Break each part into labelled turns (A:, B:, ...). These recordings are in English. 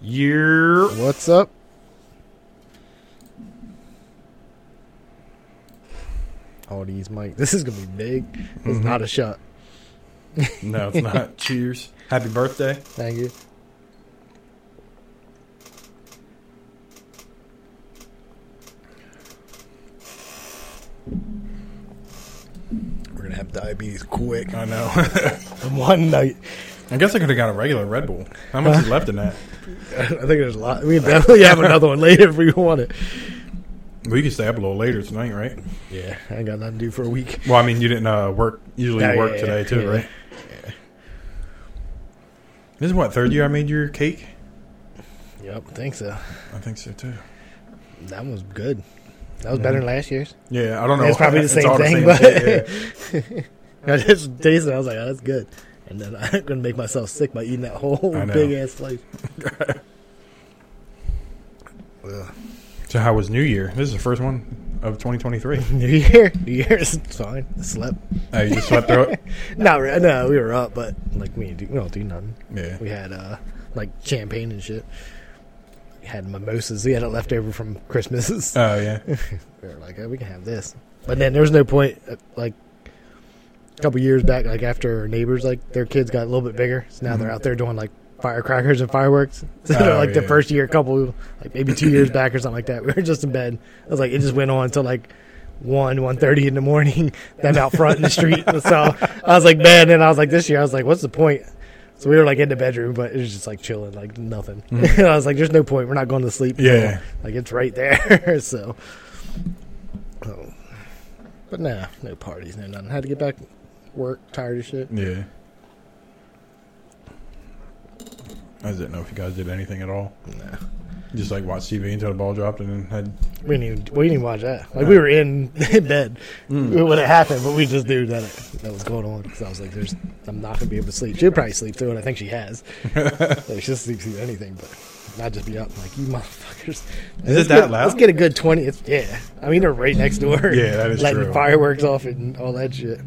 A: Year.
B: What's up? Oh, these mic. This is gonna be big. It's not a shot.
A: No, it's not. Cheers. Happy birthday.
B: Thank you. We're gonna have diabetes quick.
A: I know.
B: One night.
A: I guess I could have got a regular Red Bull. How much is left in that?
B: I think there's a lot. We definitely have another one later if we want it.
A: We could stay up a little later tonight, right?
B: Yeah, I ain't got nothing to do for a week.
A: Well, I mean, you didn't uh, work. Usually,
B: Yeah,
A: you work
B: yeah,
A: today
B: yeah,
A: too,
B: yeah.
A: right? This is what third year I made your cake.
B: Yep, I think so.
A: I think so too.
B: That was good. That was better than last year's.
A: Yeah, I don't know.
B: It's probably the same
A: all
B: thing,
A: Yeah, yeah.
B: I just tasted. it, I was like, oh, that's good. And then I'm gonna make myself sick by eating that whole
A: I know.
B: big ass slice.
A: So how was New Year? This is the first one of 2023.
B: New Year, New Year's it's fine. I slept.
A: Oh, you just slept through it.
B: Not re- no, we were up, but like we, didn't do, we don't do nothing.
A: Yeah.
B: We had uh like champagne and shit. We had mimosas. We had it left over from Christmas.
A: Oh yeah.
B: we were like, oh, we can have this. But then there was no point. uh, Like a couple years back, like after our neighbors, like their kids got a little bit bigger, so now they're out there doing like firecrackers and fireworks. So
A: Oh,
B: like the
A: yeah.
B: first year, a couple, like maybe two years back or something like that, we were just in bed. It was like it just went on until like. One one thirty in the morning, them out front in the street. So I was like, man, and I was like, this year, I was like, what's the point? So we were like in the bedroom, but it was just like chilling, like nothing. and I was like, there's no point. We're not going to sleep.
A: Yeah.
B: Like it's right there. so, oh. but nah, no parties, no nothing. Had to get back, work, tired of shit.
A: Yeah. I didn't know if you guys did anything at all.
B: Nah,
A: Just like watched TV until the ball dropped, and then had
B: we didn't even we didn't even watch that. Like we were in bed
A: Hmm.
B: when it happened, but we just knew that it, that was going on. Because I was like, "There's, I'm not gonna be able to sleep." She'll probably sleep through it. I think she has. like she'll sleep through anything, but. I'd just be up like you motherfuckers.
A: Is it
B: Let's
A: that
B: get-
A: loud?
B: Let's get a good twenty. It's, yeah, I mean they're right next door.
A: Yeah, that is
B: letting
A: true.
B: fireworks off and all that shit.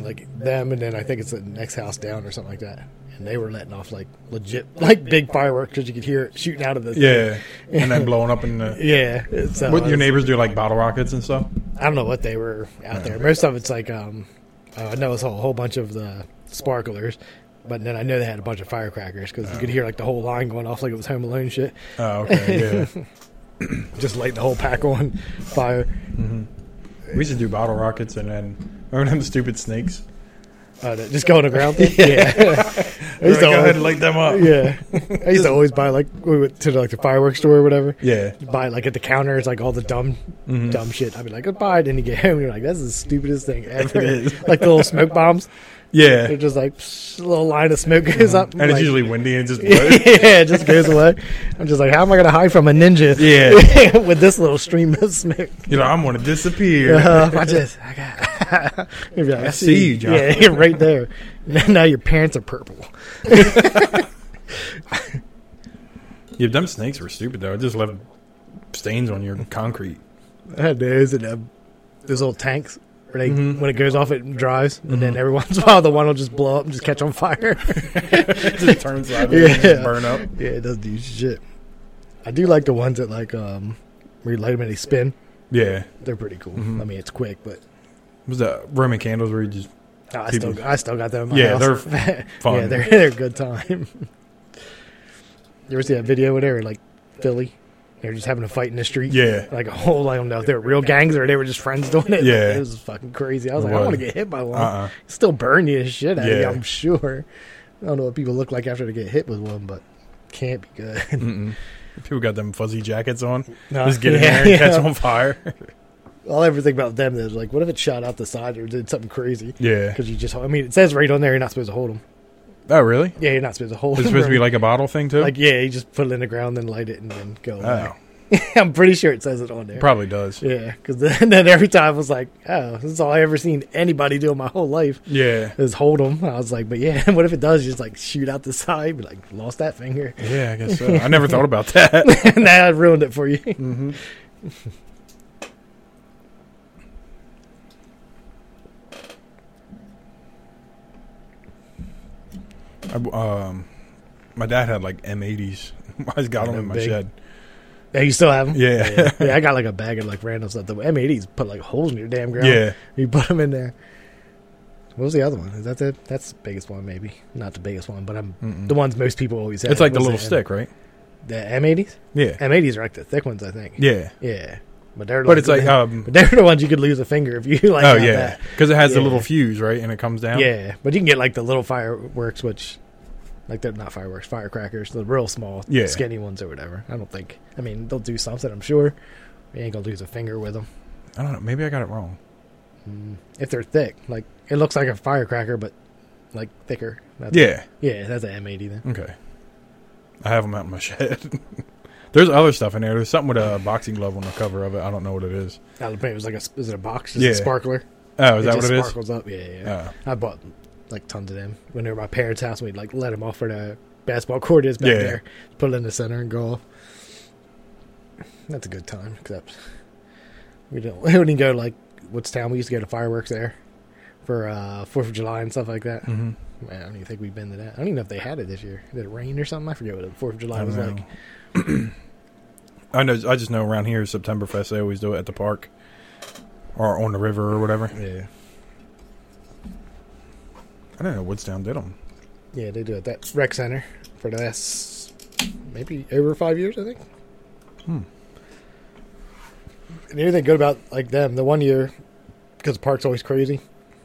B: like them, and then I think it's the next house down or something like that. And they were letting off like legit, like big fireworks because you could hear it shooting out of the
A: yeah, and then blowing up in the.
B: yeah. So
A: What your
B: it's-
A: neighbors do like bottle rockets and stuff?
B: I don't know what they were out there. Most of it's like um, uh, I know it's a whole bunch of the sparklers. But then I know they had a bunch of firecrackers because you could hear like the whole line going off like it was Home Alone shit.
A: Oh, okay, yeah.
B: Just light the whole pack on fire.
A: we used to do bottle rockets, and then remember them stupid snakes?
B: Uh, that- just go on the ground. Thing? Yeah.
A: Like,
B: I used to
A: go ahead and
B: always,
A: light them up.
B: yeah. I used to always buy like we went to like the fireworks store or whatever.
A: Yeah.
B: buy it, like at the counter. It's like all the dumb,
A: Mm-hmm.
B: dumb shit. I'd be like, goodbye. Then you get home, you're like, that's the stupidest thing ever.
A: It is.
B: like the little smoke bombs.
A: Yeah.
B: They're just like psh, a little line of smoke goes up,
A: Mm-hmm. And it's
B: like-
A: usually windy and just blows.
B: yeah, it just goes away. I'm just like, how am I gonna hide from a ninja?
A: Yeah.
B: with this little stream of smoke.
A: you know, I'm going to disappear.
B: Uh, I just, I got. You'd be like, I
A: see you, John."
B: Yeah, you're right there. now your pants are purple.
A: Yeah, them snakes were stupid, though. It just left stains on your concrete.
B: I had those and um, those little tanks where they when it goes off it dries and then every once in a while the one will just blow up and just catch on fire.
A: It just turns out
B: Yeah.
A: and just burn up.
B: yeah, it does do shit. I do like the ones that like um where you light them and they spin.
A: Yeah.
B: They're pretty cool. I mean it's quick, but
A: It was the Roman candles where you just.
B: I
A: People-
B: still I still got them. In my
A: Yeah,
B: house.
A: they're fun.
B: yeah, they're they're a good time. you ever see that video where they were like Philly? They were just having a fight in the street.
A: Yeah.
B: Like a whole, I don't know if they were real gangs or they were just friends doing it.
A: Yeah.
B: It was fucking crazy. I was
A: It
B: like, I
A: was.
B: want to get hit by one.
A: Uh-uh.
B: Still burn you as shit out of you,
A: Yeah.
B: I'm sure. I don't know what people look like after they get hit with one, but can't be good.
A: People got them fuzzy jackets on.
B: No.
A: Just get in
B: Yeah,
A: there and catch
B: yeah.
A: on fire.
B: All I ever think about them is like, what if it shot out the side or did something crazy?
A: yeah.
B: Because you just, I mean, it says right on there you're not supposed to hold them.
A: Oh, really?
B: Yeah, you're not supposed to hold
A: It's
B: them.
A: supposed to be like a bottle thing, too?
B: Like, yeah, you just put it in the ground, then light it, and then go. away.
A: oh,
B: I'm pretty sure it says it on there.
A: probably does.
B: Yeah, because then, then every time I was like, oh, this is all I ever seen anybody do in my whole life
A: Yeah.
B: is hold them. I was like, but yeah, what if it does just like shoot out the side? Be like, lost that finger.
A: Yeah, I guess so. I never thought about that.
B: and now I ruined it for you.
A: I, um, My dad had like M80s. I just got
B: Yeah,
A: them in my
B: big.
A: shed.
B: Yeah, you still have them?
A: Yeah.
B: yeah. Yeah, I got like a bag of like random stuff. The M80s put like holes in your damn ground.
A: Yeah.
B: You put them in there. What was the other one? Is that the that's the biggest one maybe? Not the biggest one, but I'm
A: Mm-mm.
B: the ones most people always have.
A: it's like the
B: What's
A: little
B: that?
A: stick, right?
B: The M80s.
A: Yeah.
B: M80s are like the thick ones, I think.
A: Yeah.
B: Yeah. But they're the
A: But
B: ones
A: it's like,
B: that-
A: um,
B: but they're the ones you could lose a finger if you like.
A: oh,
B: got
A: yeah.
B: that.
A: Because it has the
B: Yeah.
A: little fuse, right? And it comes down.
B: Yeah, but you can get like the little fireworks, which like they're not fireworks, firecrackers, the real small,
A: Yeah.
B: skinny ones or whatever. I don't think. I mean, they'll do something, I'm sure. You ain't gonna lose a finger with them
A: I don't know. Maybe I got it wrong.
B: mm. if they're thick. Like it looks like a firecracker, but like thicker. That's,
A: Yeah.
B: yeah, that's an M80 then.
A: Okay. I have them out in my shed. There's other stuff in there. There's something with a boxing glove on the cover of it. I don't know what it is.
B: I don't think it was like a is it a box? Is
A: Yeah.
B: it a sparkler?
A: Oh, is that
B: it
A: what
B: just
A: it is?
B: sparkles up. Yeah, yeah. yeah.
A: Oh.
B: I bought like tons of them when they were at my parents' house. We'd like let them off where the basketball court is back
A: Yeah.
B: there, put it in the center and golf. That's a good time. Except we don't we wouldn't go to, like what's town we used to go to fireworks there for uh Fourth of July and stuff like that.
A: hmm
B: Man, I don't even think we've been to that. I don't even know if they had it this year. Did it rain or something? I forget what the Fourth of July
A: I
B: was
A: don't
B: like.
A: know. I know. I just know around here Septemberfest. They always do it at the park or on the river or whatever.
B: Yeah,
A: I don't know. Woodstown did them.
B: yeah, they do it at that rec center for the last maybe over five years. I think.
A: Hmm.
B: And anything good about like them? The one year, because the park's always crazy.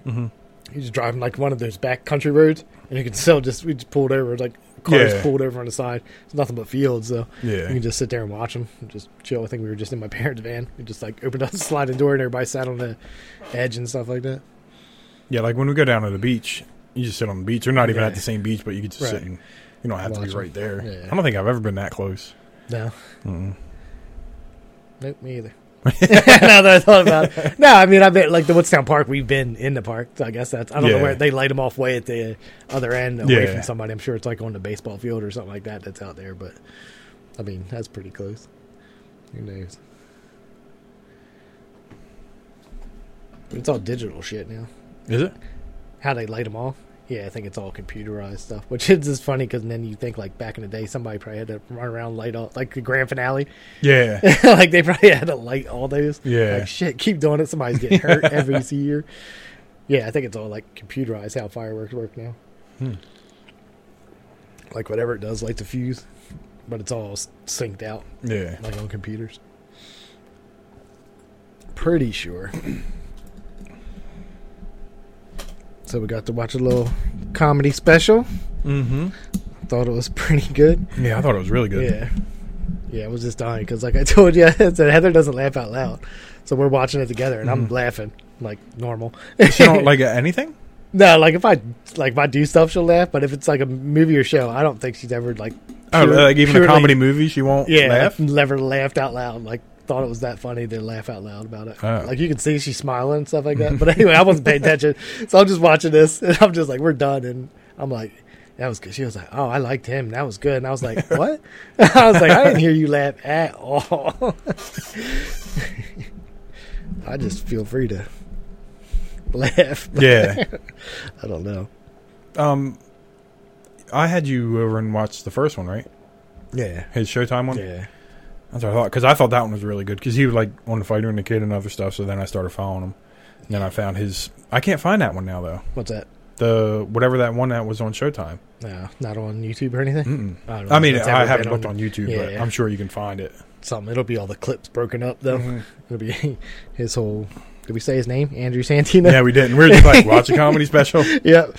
A: Mm-hmm.
B: You just driving like one of those back country roads, and you can still just we just pulled over like cars
A: Yeah.
B: pulled over on the side. It's nothing but fields, so
A: Yeah.
B: you can just sit there and watch them, and just chill. I think we were just in my parents' van. We just like opened up the sliding door, and everybody sat on the edge and stuff like that.
A: Yeah, like when we go down to the beach, you just sit on the beach. You're not even
B: Yeah.
A: at the same beach, but you could just sit
B: Right.
A: and you don't have to
B: Watch
A: be
B: 'em.
A: right there.
B: Yeah. Mm-hmm.
A: I don't think I've ever been that close.
B: No,
A: Mm-mm.
B: nope, me either. now that I thought about it, no, I mean I bet like the Woodstown Park. We've been in the park, so I guess that's I don't
A: Yeah.
B: know where they light them off way at the other end away
A: Yeah.
B: from somebody. I'm sure it's like on the baseball field or something like that that's out there. But I mean that's pretty close. Who knows? But It's all digital shit now.
A: Is it?
B: How they light them off? Yeah, I think it's all computerized stuff, which is just funny because then you think like back in the day, somebody probably had to run around and light all like the grand finale.
A: Yeah.
B: like they probably had to light all those.
A: Yeah.
B: Like shit, keep doing it. Somebody's getting hurt every year. Yeah, I think it's all like computerized how fireworks work now.
A: Hmm.
B: Like whatever it does, like the fuse, but it's all s- synced out
A: yeah.
B: like on computers. Pretty sure. So we got to watch a little comedy special.
A: Mm-hmm.
B: Thought it was pretty good.
A: Yeah, I thought it was really good.
B: Yeah. Yeah, I was just dying because, like I told you, I said Heather doesn't laugh out loud. So we're watching it together, and I'm
A: Mhm.
B: laughing like normal.
A: She don't like anything.
B: no, like if I like if I do stuff, she'll laugh. But if it's like a movie or show, I don't think she's ever like
A: Oh,
B: Pure-
A: like even a
B: purely-
A: comedy movie, she won't
B: yeah
A: laugh.
B: never laughed out loud. Like thought it was that funny to laugh out loud about it.
A: Oh.
B: Like you can see she's smiling and stuff like that. But anyway, I wasn't paying attention, so I'm just watching this, and I'm just like, we're done, and I'm like. That was good. She was like, "Oh, I liked him. That was good." And I was like, "What?" I was like, "I didn't hear you laugh at all." I just feel free to laugh.
A: Yeah.
B: I don't know.
A: um, I had you over and watched the first one, right?
B: Yeah,
A: His Showtime one.
B: yeah.
A: That's what I thought because I thought that one was really good because he was like on the fighter and the kid and other stuff. So then I started following him. And then I found his. I can't find that one now though.
B: What's that?
A: The whatever that one that was on Showtime.
B: No, not on YouTube or anything.
A: Mm-mm.
B: don't know
A: I
B: if
A: mean,
B: it's
A: I
B: ever
A: haven't
B: been
A: looked on YouTube, but
B: Yeah.
A: I'm sure you can find it.
B: something. It'll be all the clips broken up though.
A: Mhm.
B: It'll be his whole. Did we say his name? Andrew Santino.
A: yeah, we didn't. We were just like watch a comedy special,
B: Yep.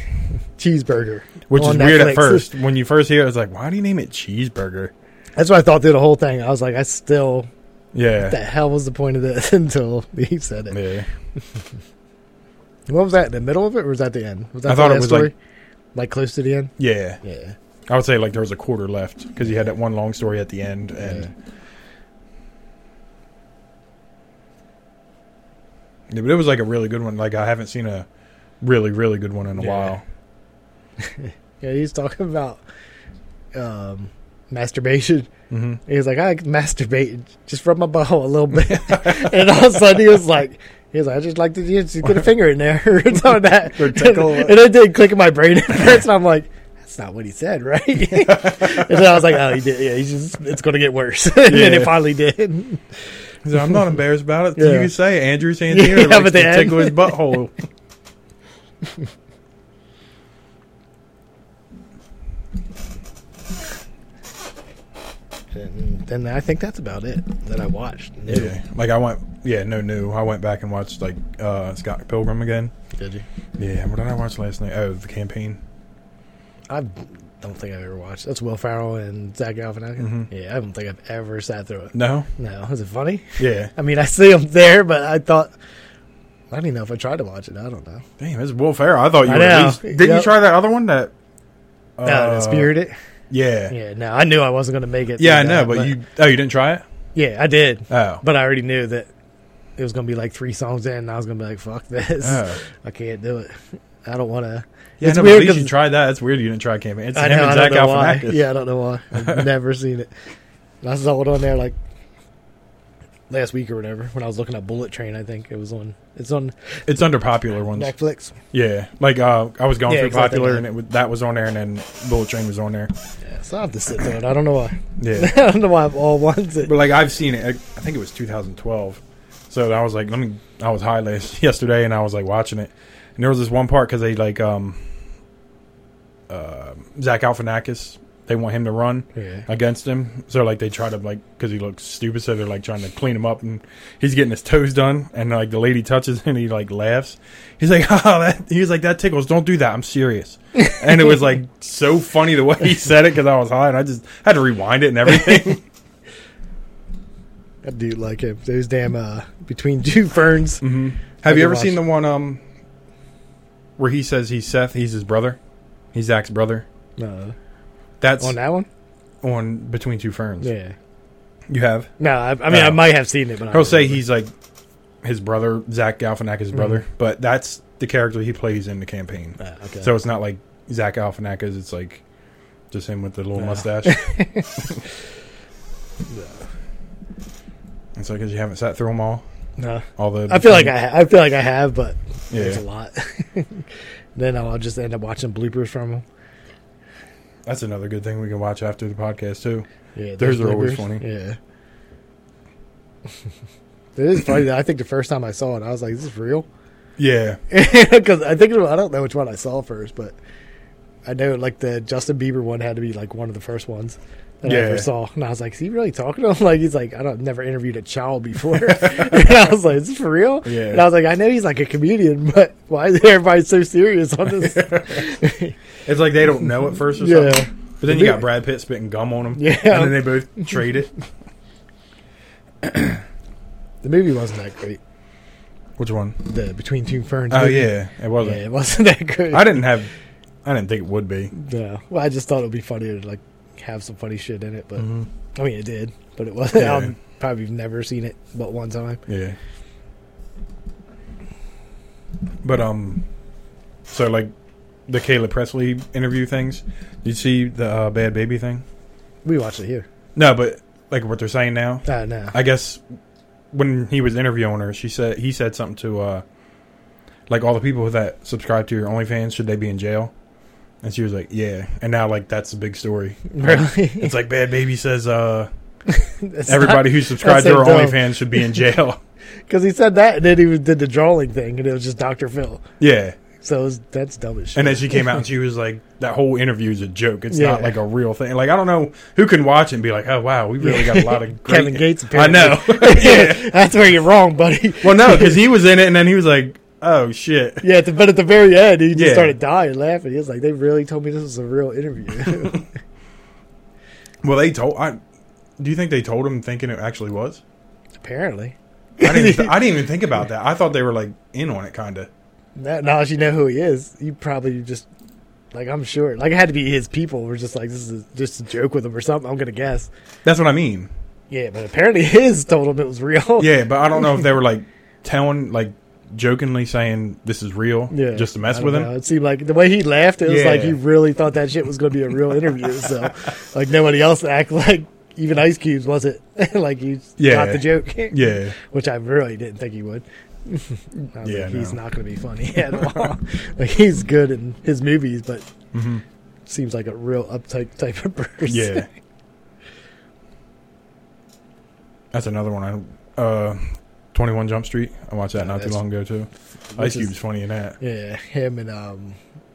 B: Cheeseburger.
A: which is
B: On
A: weird
B: Netflix.
A: at first. When you first hear, it, it's like, why do you name it cheeseburger?
B: That's what I thought through the whole thing. I was like, I still. What the
A: Yeah,
B: hell was the point of this until he said it?
A: yeah.
B: What was that? in The middle of it, or was that the end? Was that
A: I
B: the
A: thought it
B: last
A: was,
B: story?
A: like-
B: Like close to the end.
A: yeah.
B: Yeah.
A: I would say like there was a quarter left because he had that one long story at the end, and Yeah, but it was like a really good one. Like I haven't seen a really really good one in a
B: Yeah.
A: while.
B: Yeah, he's talking about um, masturbation.
A: hmm
B: He was like, I masturbate, just rub my butthole a little bit. and all of a sudden, he was like, he was like, I just like to just get a finger in there or something like that.
A: Or tickle.
B: And it did click in my brain at first, and I'm like, that's that's not what he said, right? and then I was like, oh, he did. Yeah, he's just, it's going to get worse. and then
A: Yeah.
B: it finally did.
A: He's like, I'm not embarrassed about it. You
B: Yeah.
A: can say Andrew Santino
B: Yeah,
A: likes
B: but
A: to
B: then-
A: tickle his butthole.
B: And then I think that's about it that I watched. No.
A: yeah, like I went. Yeah, no new. I went back and watched like uh, Scott Pilgrim again.
B: Did you?
A: Yeah, what did I watch last night? Oh, the campaign.
B: I don't think I've ever watched. That's Will Farrell and Zach Galifianakis.
A: Mhm.
B: Yeah, I don't think I've ever sat through it.
A: No.
B: No, is it funny?
A: Yeah.
B: I mean, I see him there, but I thought I don't even know if I tried to watch it. I don't know.
A: Damn, this is Will Ferrell. I thought you were.
B: I know.
A: At least, didn't you
B: Yep.
A: try that other one? That.
B: Uh, Spirited.
A: Yeah. Yeah,
B: Yeah, no, I knew I wasn't going to make it.
A: I
B: through
A: know,
B: that,
A: but, you. Oh, you didn't try it.
B: Yeah, I did,
A: Oh.
B: but I already knew that it was going to be like three songs in, and I was going to be like, "Fuck this,
A: oh.
B: I can't do it. I don't want to."
A: Yeah,
B: It's
A: no, but
B: weird
A: at least
B: 'cause-
A: you tried that. It's weird you didn't try campaign. It's
B: I
A: him
B: know. I
A: and
B: don't
A: Zach
B: know why.
A: Galifianakis.
B: Yeah, I don't know why. I've never seen it. I saw it on there like last week or whatever when I was looking at Bullet Train. I think it was on. It's on
A: It's under popular ones.
B: Netflix.
A: Yeah, like uh, I was going
B: Yeah,
A: through
B: exactly.
A: popular, and it was, that was on there, and then Bullet Train was on there.
B: Yeah, so I have to sit through it. I don't know why.
A: Yeah,
B: I don't know why I've all wants it.
A: but like I've seen it. I I think it was 2012. So I was like, let me. I was high last yesterday, and I was like watching it, and there was this one part because they like um, uh, Zach Galifianakis. They want him to run
B: Yeah.
A: against him, so like they try to like because he looks stupid, so they're like trying to clean him up, and he's getting his toes done, and like the lady touches, and he like laughs. He's like, oh, that. He was like, that tickles. Don't do that. I'm serious. and it was like so funny the way he said it because I was high, and I just had to rewind it and everything.
B: I do like him. Those damn uh, between two ferns.
A: mm-hmm.
B: I
A: Have you
B: did
A: ever
B: watch
A: seen
B: it.
A: the one um where he says he's Seth, he's his brother, he's Zach's brother?
B: No,
A: That's
B: on
A: on,
B: that one.
A: between two ferns.
B: Yeah.
A: You have.
B: No, I, I mean I
A: No.
B: might have seen it, but I
A: He'll
B: don't
A: say
B: remember.
A: he's like his brother, Zach
B: Mm-hmm.
A: Galifianakis' brother, but that's the character he plays in the campaign.
B: Ah, okay.
A: So it's not like Zach Galifianakis; it's like just him with the little
B: Yeah.
A: mustache. It's like because you haven't sat through them all.
B: no,
A: All the
B: I feel like I ha- I feel like I have, but it's a
A: yeah.
B: lot. then I'll just end up watching bloopers from him.
A: That's another good thing we can watch after the podcast too.
B: Yeah,
A: Theirs
B: those
A: are always
B: bloopers.
A: funny.
B: Yeah. it is funny. though. I think the first time I saw it, I was like, "Is this real?"
A: Yeah,
B: Because I think I don't know which one I saw first, but I know like the Justin Bieber one had to be like one of the first ones that I
A: Yeah.
B: ever saw, and I was like, "Is he really talking to him?" Like he's like, "I don't never interviewed a child before," and I was like, "Is this for real?"
A: Yeah.
B: And I was like, "I know he's like a comedian, but why is everybody so serious on this?"
A: it's like they don't know at first or
B: Yeah.
A: something. But then you got Brad Pitt spitting gum on them.
B: Yeah.
A: and then they both trade it.
B: the movie wasn't that great.
A: Which one?
B: The Between Two Ferns.
A: Oh
B: movie.
A: yeah, it
B: yeah,
A: wasn't.
B: it wasn't that good.
A: I didn't have. I didn't think it would be.
B: Yeah. Well, I just thought it would be funnier to like have some funny shit in it, but
A: Mhm.
B: I mean it did, but it was.
A: Yeah.
B: I've probably never seen it but one time.
A: Yeah. But um, so like the Kayla Presley interview things. Did you see the uh, Bad Baby thing?
B: We watched it here.
A: No, but like what they're saying now.
B: Uh, no.
A: I guess when he was interviewing her, she said he said something to uh, like all the people that subscribe to your OnlyFans should they be in jail? And she was like, "Yeah." And now like that's the big story.
B: really?
A: It's like Bad Baby says uh,
B: That's
A: everybody who subscribed to her
B: that's so dumb.
A: OnlyFans should be in jail.
B: Because he said that, and then he was- did the drawing thing, and it was just Dr. Phil.
A: yeah.
B: So it was, that's dumb as shit.
A: And then she came out and she was like, "That whole interview is a joke. It's not
B: Yeah.
A: like a real thing." Like I don't know who can watch it and be like, "Oh wow, we really got a lot of great
B: Kevin Gates.
A: I
B: Apparently.
A: know.
B: yeah,
A: yeah.
B: that's where you're wrong, buddy.
A: Well, no, because he was in it, and then he was like, "Oh shit."
B: Yeah, at the- but at the very end, he just
A: Yeah.
B: started dying laughing. He was like, "They really told me this was a real interview."
A: Well, they told. I do you think they told him thinking it actually was?
B: Apparently,
A: I didn't. Even, I didn't even think about that. I thought they were like in on it, kind of.
B: Now, now that you know who he is, you probably just like I'm sure. Like it had to be his people were just like this is just a joke with him or something. I'm gonna guess.
A: That's what I mean.
B: Yeah, but apparently his told him it was real.
A: Yeah, but I don't know if they were like telling, like jokingly saying this is real,
B: Yeah,
A: just to
B: I
A: mess
B: don't
A: with him.
B: know. It seemed like the way he laughed, it was
A: Yeah.
B: like he really thought that shit was going to be a real interview. So, like nobody else act like even Ice Cube's was it? like he
A: Yeah.
B: got the joke.
A: Yeah,
B: which I really didn't think he would. I was
A: Yeah,
B: like, he's
A: no.
B: not going to be funny at all. like he's good in his movies, but
A: hmm
B: seems like a real uptight type of person.
A: Yeah. That's another one. I uh, Twenty One Jump Street. I watched that
B: Yeah,
A: not too
B: that's-
A: long ago too.
B: Which
A: Ice
B: is-
A: Cube's funny in that.
B: Yeah, him and um,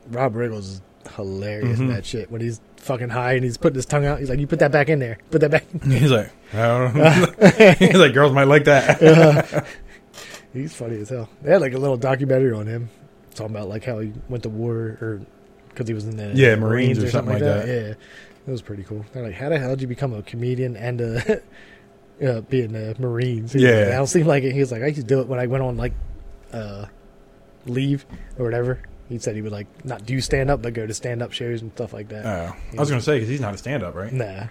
B: Rob Riggles is hilarious in
A: Mhm.
B: that shit. When he's fucking high and he's putting his tongue out, he's like, "You put that back in there. Put that back." in
A: He's like, I don't know. He's like, girls might like that.
B: there." he's funny as hell. They had like a little documentary on him talking about like how he went to war or because he was in the
A: Yeah, Marines or something like
B: Yeah, it was pretty cool. They're like, "How the hell did you become a comedian and a?" Uh, being the Marines, He's
A: Yeah.
B: like, I don't seem like it. He was like, I used to do it when I went on like uh, leave or whatever. He said he would like not do stand up, but go to stand up shows and stuff like that.
A: Oh. I was gonna say because he's not a stand-up, right?
B: Nah,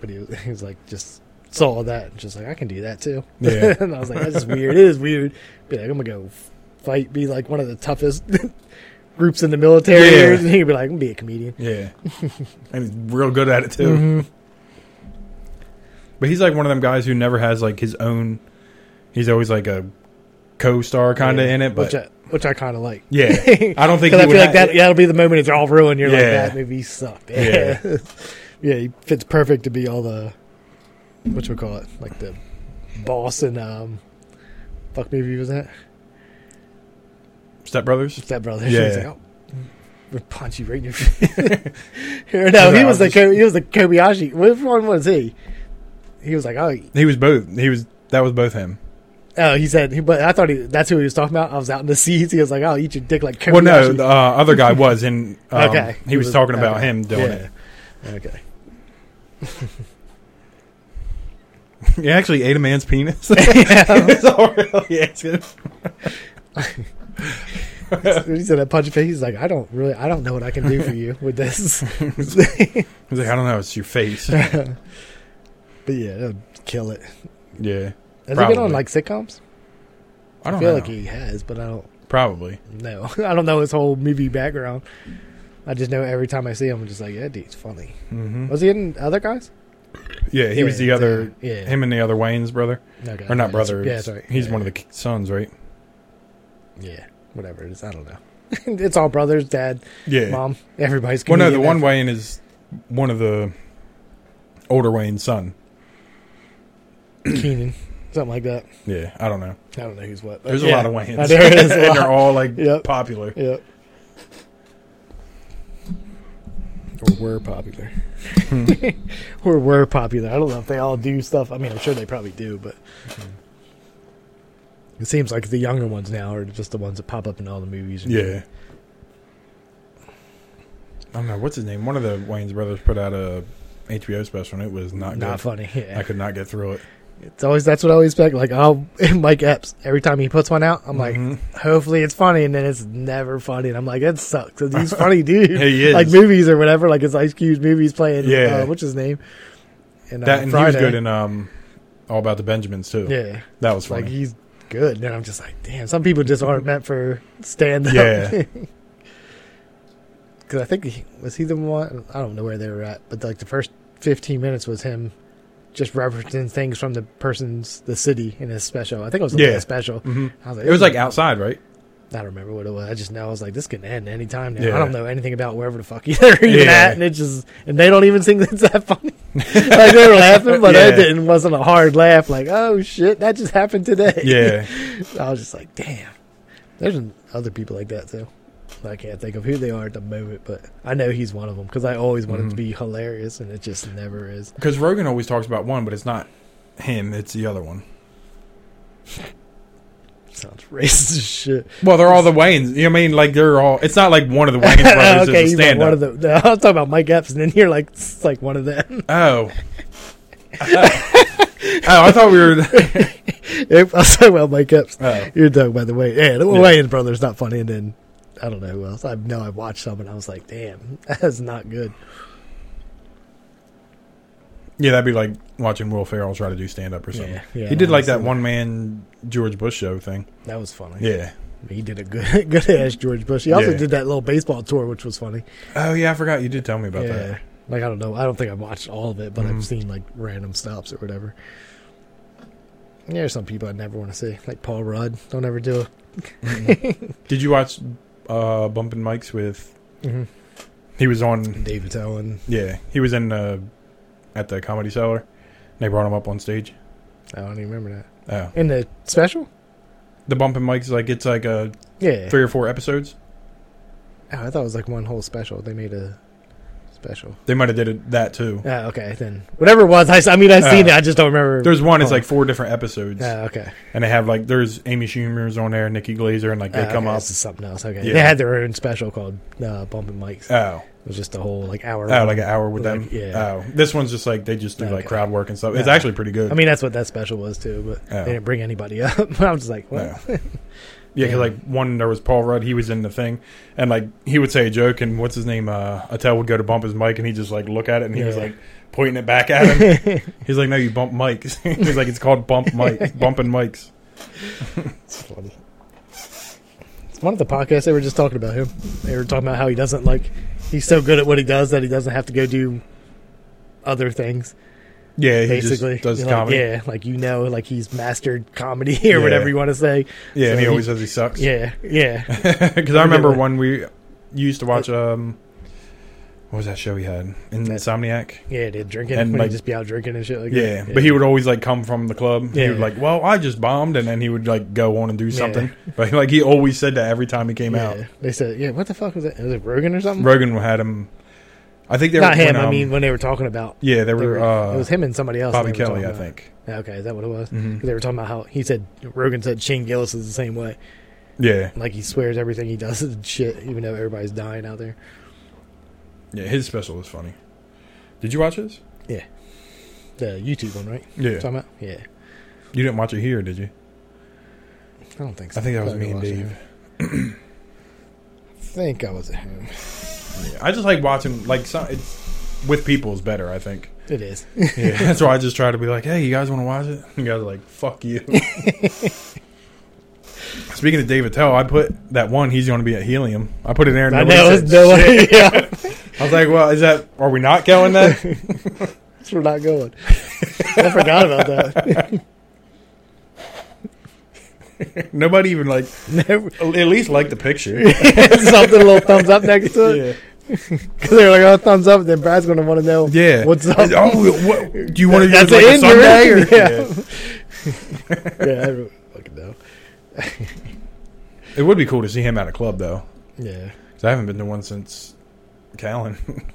B: but he was, he was like just saw that, and just like I can do that too.
A: Yeah.
B: and I was like, that's just weird. It is weird. Be like, I'm gonna go f- fight, be like one of the toughest groups in the military.
A: Yeah.
B: And he'd be like, I'm gonna be a comedian.
A: Yeah, and he's real good at it too.
B: Mhm.
A: But he's like one of them guys who never has like his own. He's always like a co-star kind of
B: Yeah.
A: in it, but
B: which I, which I kind of like.
A: yeah, I don't think.
B: Because I
A: he would
B: feel like
A: have-
B: that that'll be the moment it's all ruined. You're like
A: Yeah.
B: that movie sucked.
A: Yeah.
B: Yeah, yeah, he fits perfect to be all the what you call it, like the boss and um, fuck movie was that
A: Step Brothers.
B: Step Brothers?
A: Yeah.
B: He's like, oh, we'll punch you right in your face. no, he was the Ko- he was the Kobayashi. Which one was he? He was like, oh,
A: He was both. He was that was both him.
B: oh, he said, he- but I thought he, that's who he was talking about. I was out in the seas. He was like, oh, eat your dick like Kobayashi.
A: Well, no, the uh, other guy was, and um,
B: Okay.
A: he was talking about
B: okay.
A: him doing
B: Yeah.
A: it.
B: Okay.
A: He actually ate a man's penis. That's all really asking.
B: When he said that punch face, he's like, I don't really, I don't know what I can do for you with this.
A: He's like, I don't know, it's your face.
B: but yeah, that would kill it.
A: yeah,
B: Has he been on
A: Probably.
B: like sitcoms?
A: I don't
B: feel
A: know.
B: like he has, but I don't
A: Probably.
B: know. I don't know his whole movie background. I just know every time I see him, I'm just like, yeah, dude's funny.
A: hmm
B: Was he in other guys?
A: Yeah, he was the
B: Mm-hmm. Yeah,
A: other,
B: Yeah.
A: him and the other Wayne's brother,
B: Okay.
A: or not
B: Yeah,
A: brother.
B: Yeah,
A: it's-
B: sorry.
A: He's
B: yeah.
A: one of the k- sons, right?
B: Yeah, whatever it is. I don't know. it's all brothers, dad,
A: Yeah.
B: mom. Everybody's.
A: well, no, the
B: comedian.
A: one Wayne is one of the older Wayne's son.
B: Keenan, something like that.
A: Yeah, I don't know.
B: I don't know who's what. but
A: There's a
B: yeah.
A: lot of Wayne's,
B: Uh, there is a
A: and they're
B: lot.
A: all like
B: Yep.
A: popular.
B: Yep. Or were popular. or were popular. I don't know if they all do stuff. I mean, I'm sure they probably do, but
A: Mm-hmm.
B: it seems like the younger ones now are just the ones that pop up in all the movies.
A: Yeah. I don't know what's his name. One of the Wayne's brothers put out a HBO special, and it was not
B: Not
A: good.
B: funny. Yeah.
A: I could not get through it.
B: It's always that's what I always expect. Like, oh, Mike Epps. Every time he puts one out, I'm
A: Mhm.
B: like, hopefully it's funny, and then it's never funny, and I'm like, that sucks. 'cause he's funny, dude.
A: He is.
B: Like movies or whatever. Like his Ice Cube's movies playing.
A: Yeah.
B: Uh, what's his name? And, uh,
A: that and he
B: Friday.
A: was good in um, all about the Benjamins too.
B: yeah.
A: that was
B: Like
A: funny.
B: he's good. And I'm just like, damn. Some people just aren't meant for stand up.
A: Yeah.
B: Because I think he, was he the one? I don't know where they were at, but like the first 15 minutes was him just referencing things from the person's the city in his special. I think it was the
A: Yeah.
B: special.
A: hmm
B: I was like,
A: It was
B: this
A: like
B: is-
A: outside, right?
B: I don't remember what it was. I just know I was like, this can end any time now.
A: Yeah.
B: I don't know anything about wherever the fuck they're even
A: Yeah.
B: at, and it just and they don't even think that's that funny. like they were laughing, but
A: Yeah.
B: I didn't. Wasn't a hard laugh. Like, oh shit, that just happened today.
A: Yeah,
B: I was just like, damn. There's an- other people like that too. I can't think of who they are at the moment, but I know he's one of them because I always wanted
A: Mhm.
B: to be hilarious, and it just never is.
A: because Rogan always talks about one, but it's not him; it's the other one.
B: Sounds racist as shit.
A: Well, they're all the Wayans. You know what I mean? Like they're all. It's not like one of the Wayans brothers
B: okay,
A: is
B: he's
A: a
B: like
A: stand
B: one
A: up.
B: of the. No, I was talking about Mike Epps, and then you're like, it's like one of them.
A: oh. oh, I thought we were.
B: I was talking about Mike Epps.
A: Oh.
B: You're talking about the way. Yeah, the
A: Yeah.
B: Wayans brothers not funny, and then I don't know who else. I know I watched some, and I was like, damn, that's not good.
A: Yeah, that'd be like watching Will Ferrell try to do stand up or something.
B: Yeah, yeah,
A: he did
B: I
A: like that
B: see.
A: one man George Bush show thing.
B: That was funny.
A: Yeah.
B: He did a good good ass George Bush. He also
A: Yeah.
B: did that little baseball tour, which was funny.
A: Oh yeah, I forgot you did tell me about
B: yeah.
A: that.
B: Like I don't know. I don't think I've watched all of it, but
A: Mhm.
B: I've seen like random stops or whatever. And There's some people I never want to see, like Paul Rudd. Don't ever do it.
A: Did you watch uh, Bumpin' Mics with He was on.
B: David Allen.
A: Yeah, he was in uh, at the comedy cellar. And they brought him up on stage.
B: I don't even remember that.
A: Oh,
B: In the special?
A: the bumping mics like it's like uh,
B: Yeah.
A: three or four episodes.
B: Oh, I thought it was like one whole special. They made a special.
A: They might have did it, that too.
B: Ah, okay. Then whatever it was, I, s- I mean, I seen
A: Uh,
B: it. I just don't remember.
A: There's one. It's
B: Oh.
A: like four different episodes,
B: Ah, okay.
A: and they have like there's Amy Schumer's on there, Nikki Glazer, and like they
B: Ah,
A: come
B: okay,
A: up.
B: This is something else. Okay.
A: Yeah.
B: They had their own special called uh, Bumping Mics.
A: Oh,
B: It was just a whole like hour.
A: oh, like an hour with them.
B: Like, yeah.
A: Oh, this one's just like they just do like
B: Okay.
A: crowd work and stuff. It's
B: Yeah.
A: actually pretty good.
B: I mean, that's what that special was too, but
A: Oh.
B: they didn't bring anybody up. I was just like, what?
A: Yeah. Yeah, 'cause, like one there was Paul Rudd, he was in the thing, and like he would say a joke, and what's his name, uh, Attell would go to bump his mic, and he just like look at it, and he was
B: Yeah.
A: like pointing it back at him. He's like, "No, you bump mics." He's like, "It's called bump mics, bumping mics."
B: It's funny. It's one of the podcasts they were just talking about him. They were talking about how he doesn't like he's so good at what he does that he doesn't have to go do other things.
A: Yeah, he
B: Basically,
A: just does
B: You're like,
A: comedy.
B: yeah, like you know, like he's mastered comedy
A: Yeah.
B: or whatever you want to say.
A: yeah, and
B: So
A: he
B: he-
A: always says he sucks.
B: Yeah, yeah.
A: because I remember
B: what-
A: when we used to watch um, what was that show he had? Insomniac.
B: Yeah, dude, drinking
A: And,
B: and
A: like-
B: like, just be out drinking and shit like
A: Yeah,
B: that.
A: but he would always like come from the club. He
B: Yeah.
A: would like, well, I just bombed, and then he would like go on and do
B: Yeah.
A: something. But like he always said that every time he came
B: yeah.
A: out.
B: They said, yeah, what the fuck was that? Was it Rogan or something?
A: Rogan had him. I think they
B: Not
A: were,
B: him.
A: when,
B: I
A: um,
B: mean, when they were talking about,
A: yeah, they
B: they
A: were.
B: were-
A: Uh,
B: it was him and somebody else.
A: Bobby
B: they were
A: Kelly, I
B: talking about.
A: think.
B: Yeah, Okay, is that what it was?
A: Mhm.
B: They were talking about how he said Rogan said Shane Gillis is the same way.
A: Yeah,
B: Like he swears everything he does is shit, even though everybody's dying out there.
A: yeah, his special was funny. Did you watch his?
B: The YouTube one, right?
A: Yeah,
B: Talking about? Yeah.
A: you didn't watch it here, did you?
B: I don't think so.
A: I think that was
B: Thought
A: me
B: I
A: and
B: watched it.
A: Dave.
B: I think I was at home.
A: Yeah. I just like watching like some, it's with people is better. I think.
B: It is.
A: Yeah, that's why I just try to be like, hey, you guys want to watch it? You guys are like, fuck you. Speaking of David Tell, I put that one. He's going to be at Helium. I put it there. And
B: I
A: nobody
B: know.
A: said
B: It's no
A: shit.
B: way. Yeah.
A: I was like, well, is that? Are we not going then?
B: We're not going. I forgot about that.
A: Nobody even like
B: Never.
A: at least like the picture.
B: Something a little thumbs up next to it.
A: yeah.
B: Because they're like, oh, thumbs up. Then Brad's going to want to know
A: Yeah.
B: what's up.
A: Oh, what, do you want to
B: That's
A: do it like a
B: an
A: Sunday? Or,
B: indirect, yeah, I don't fucking know.
A: It would be cool to see him at a club though,
B: Yeah.
A: because I haven't been to one since Callan.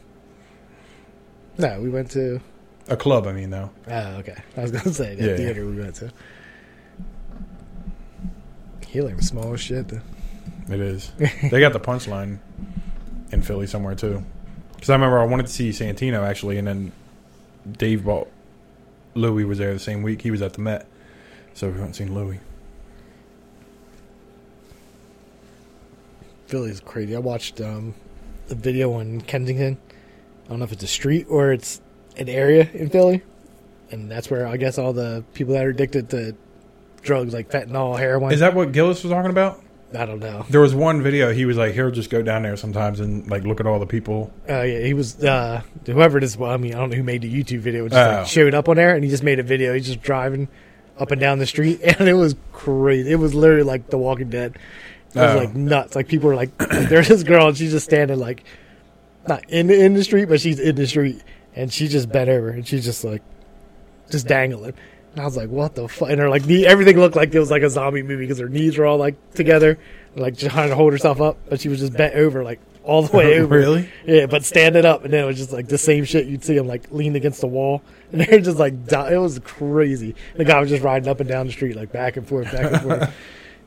B: No, we went to.
A: a club, I mean, though.
B: Oh, okay. I was gonna say that
A: Yeah.
B: theater we went to. Helium was small as shit. Though.
A: It is. they got the punchline in Philly somewhere too. Because I remember I wanted to see Santino actually, and then Dave bought Louis was there the same week. He was at the Met, so we haven't seen Louis.
B: Philly's crazy. I watched um, a video on Kensington. I don't know if it's a street or it's an area in Philly, and that's where I guess all the people that are addicted to drugs like fentanyl, heroin.
A: Is that what Gillis was talking about?
B: I don't know.
A: There was one video. He was like, "He'll just go down there sometimes and like look at all the people."
B: Uh, yeah, he was uh, whoever this. Well, I mean, I don't know who made the YouTube video. It Just
A: Oh.
B: like, showed up on there, and he just made a video. He's just driving up and down the street, and it was crazy. It was literally like The Walking Dead. It was
A: Oh.
B: like nuts. Like people were like, like, there's this girl, and she's just standing like, not in the in the street, but she's in the street, and she just bent over, and she's just like, just dangling. And I was like, what the fuck? And her like knee, everything looked like it was like a zombie movie because her knees were all like together, like just trying to hold herself up, but she was just bent over like all the way over.
A: Really?
B: Yeah, but standing up, and then it was just like the same shit you'd see him like leaned against the wall, and they're just like di- it was crazy. The guy was just riding up and down the street like back and forth, back and forth.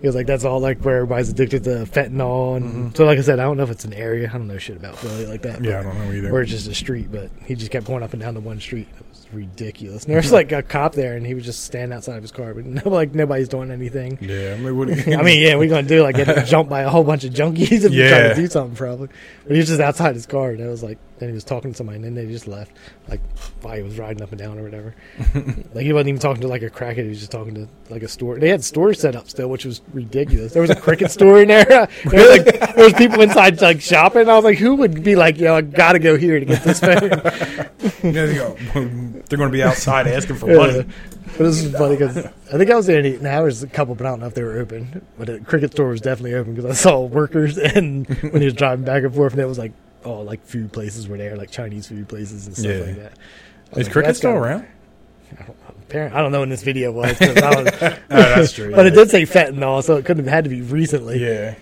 B: He was like, "That's all like where everybody's addicted to fentanyl." And so, like I said, I don't know if it's an area. I don't know shit about Philly like that.
A: Mm-hmm. Yeah, I don't know
B: Or
A: either.
B: it's just a street, but he just kept going up and down the one street. It was ridiculous. And there was like a cop there, and he was just standing outside of his car, but no, like nobody's doing anything.
A: Yeah, I mean, what-
B: I mean, yeah, we're gonna do like get jumped by a whole bunch of junkies if we try
A: Yeah.
B: to do something, probably. But he was just outside his car, and I was like, then he was talking to somebody, and then they just left, like while he was riding up and down or whatever. like he wasn't even talking to like a crackhead; he was just talking to like a store. They had stores set up still, which was ridiculous. There was a cricket store in there. there was like there was people inside like shopping. I was like, who would be like, yo, I gotta go here to get this phone?
A: Yeah, they go, they're going to be outside asking for
B: Yeah.
A: money.
B: But this is funny because I think I was there. Any, now there was a couple, but I don't know if they were open. But the cricket store was definitely open because I saw workers and when he was driving back and forth, and it was like all like food places were there, like Chinese food places and stuff
A: Yeah.
B: like that. I was
A: Is
B: like,
A: cricket
B: that's
A: still
B: gotta-
A: around?
B: Apparently, I don't know when this video was, 'cause I was-
A: Oh, that's true.
B: but it did say fentanyl, so it could have had to be recently.
A: Yeah.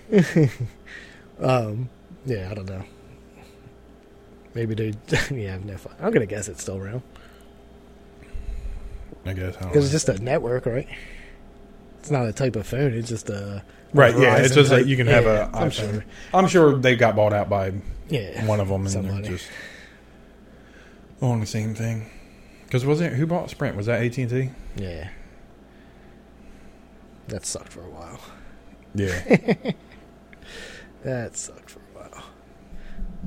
B: Um, yeah, I don't know. Maybe they. yeah, no, fu- I'm gonna guess it's still around
A: I guess. I don't
B: because
A: know.
B: it's just a network, right? It's not a type of phone. It's just a
A: right. Yeah. It's
B: Verizon
A: just
B: type-
A: that you can have
B: yeah,
A: a.
B: I'm
A: iPhone.
B: sure.
A: I'm sure they got bought out by
B: Yeah,
A: one of them, and
B: Somebody.
A: they're just on the same thing. Because was it who bought Sprint? Was that AT and T?
B: yeah. That sucked for a while.
A: Yeah.
B: That sucked for a while.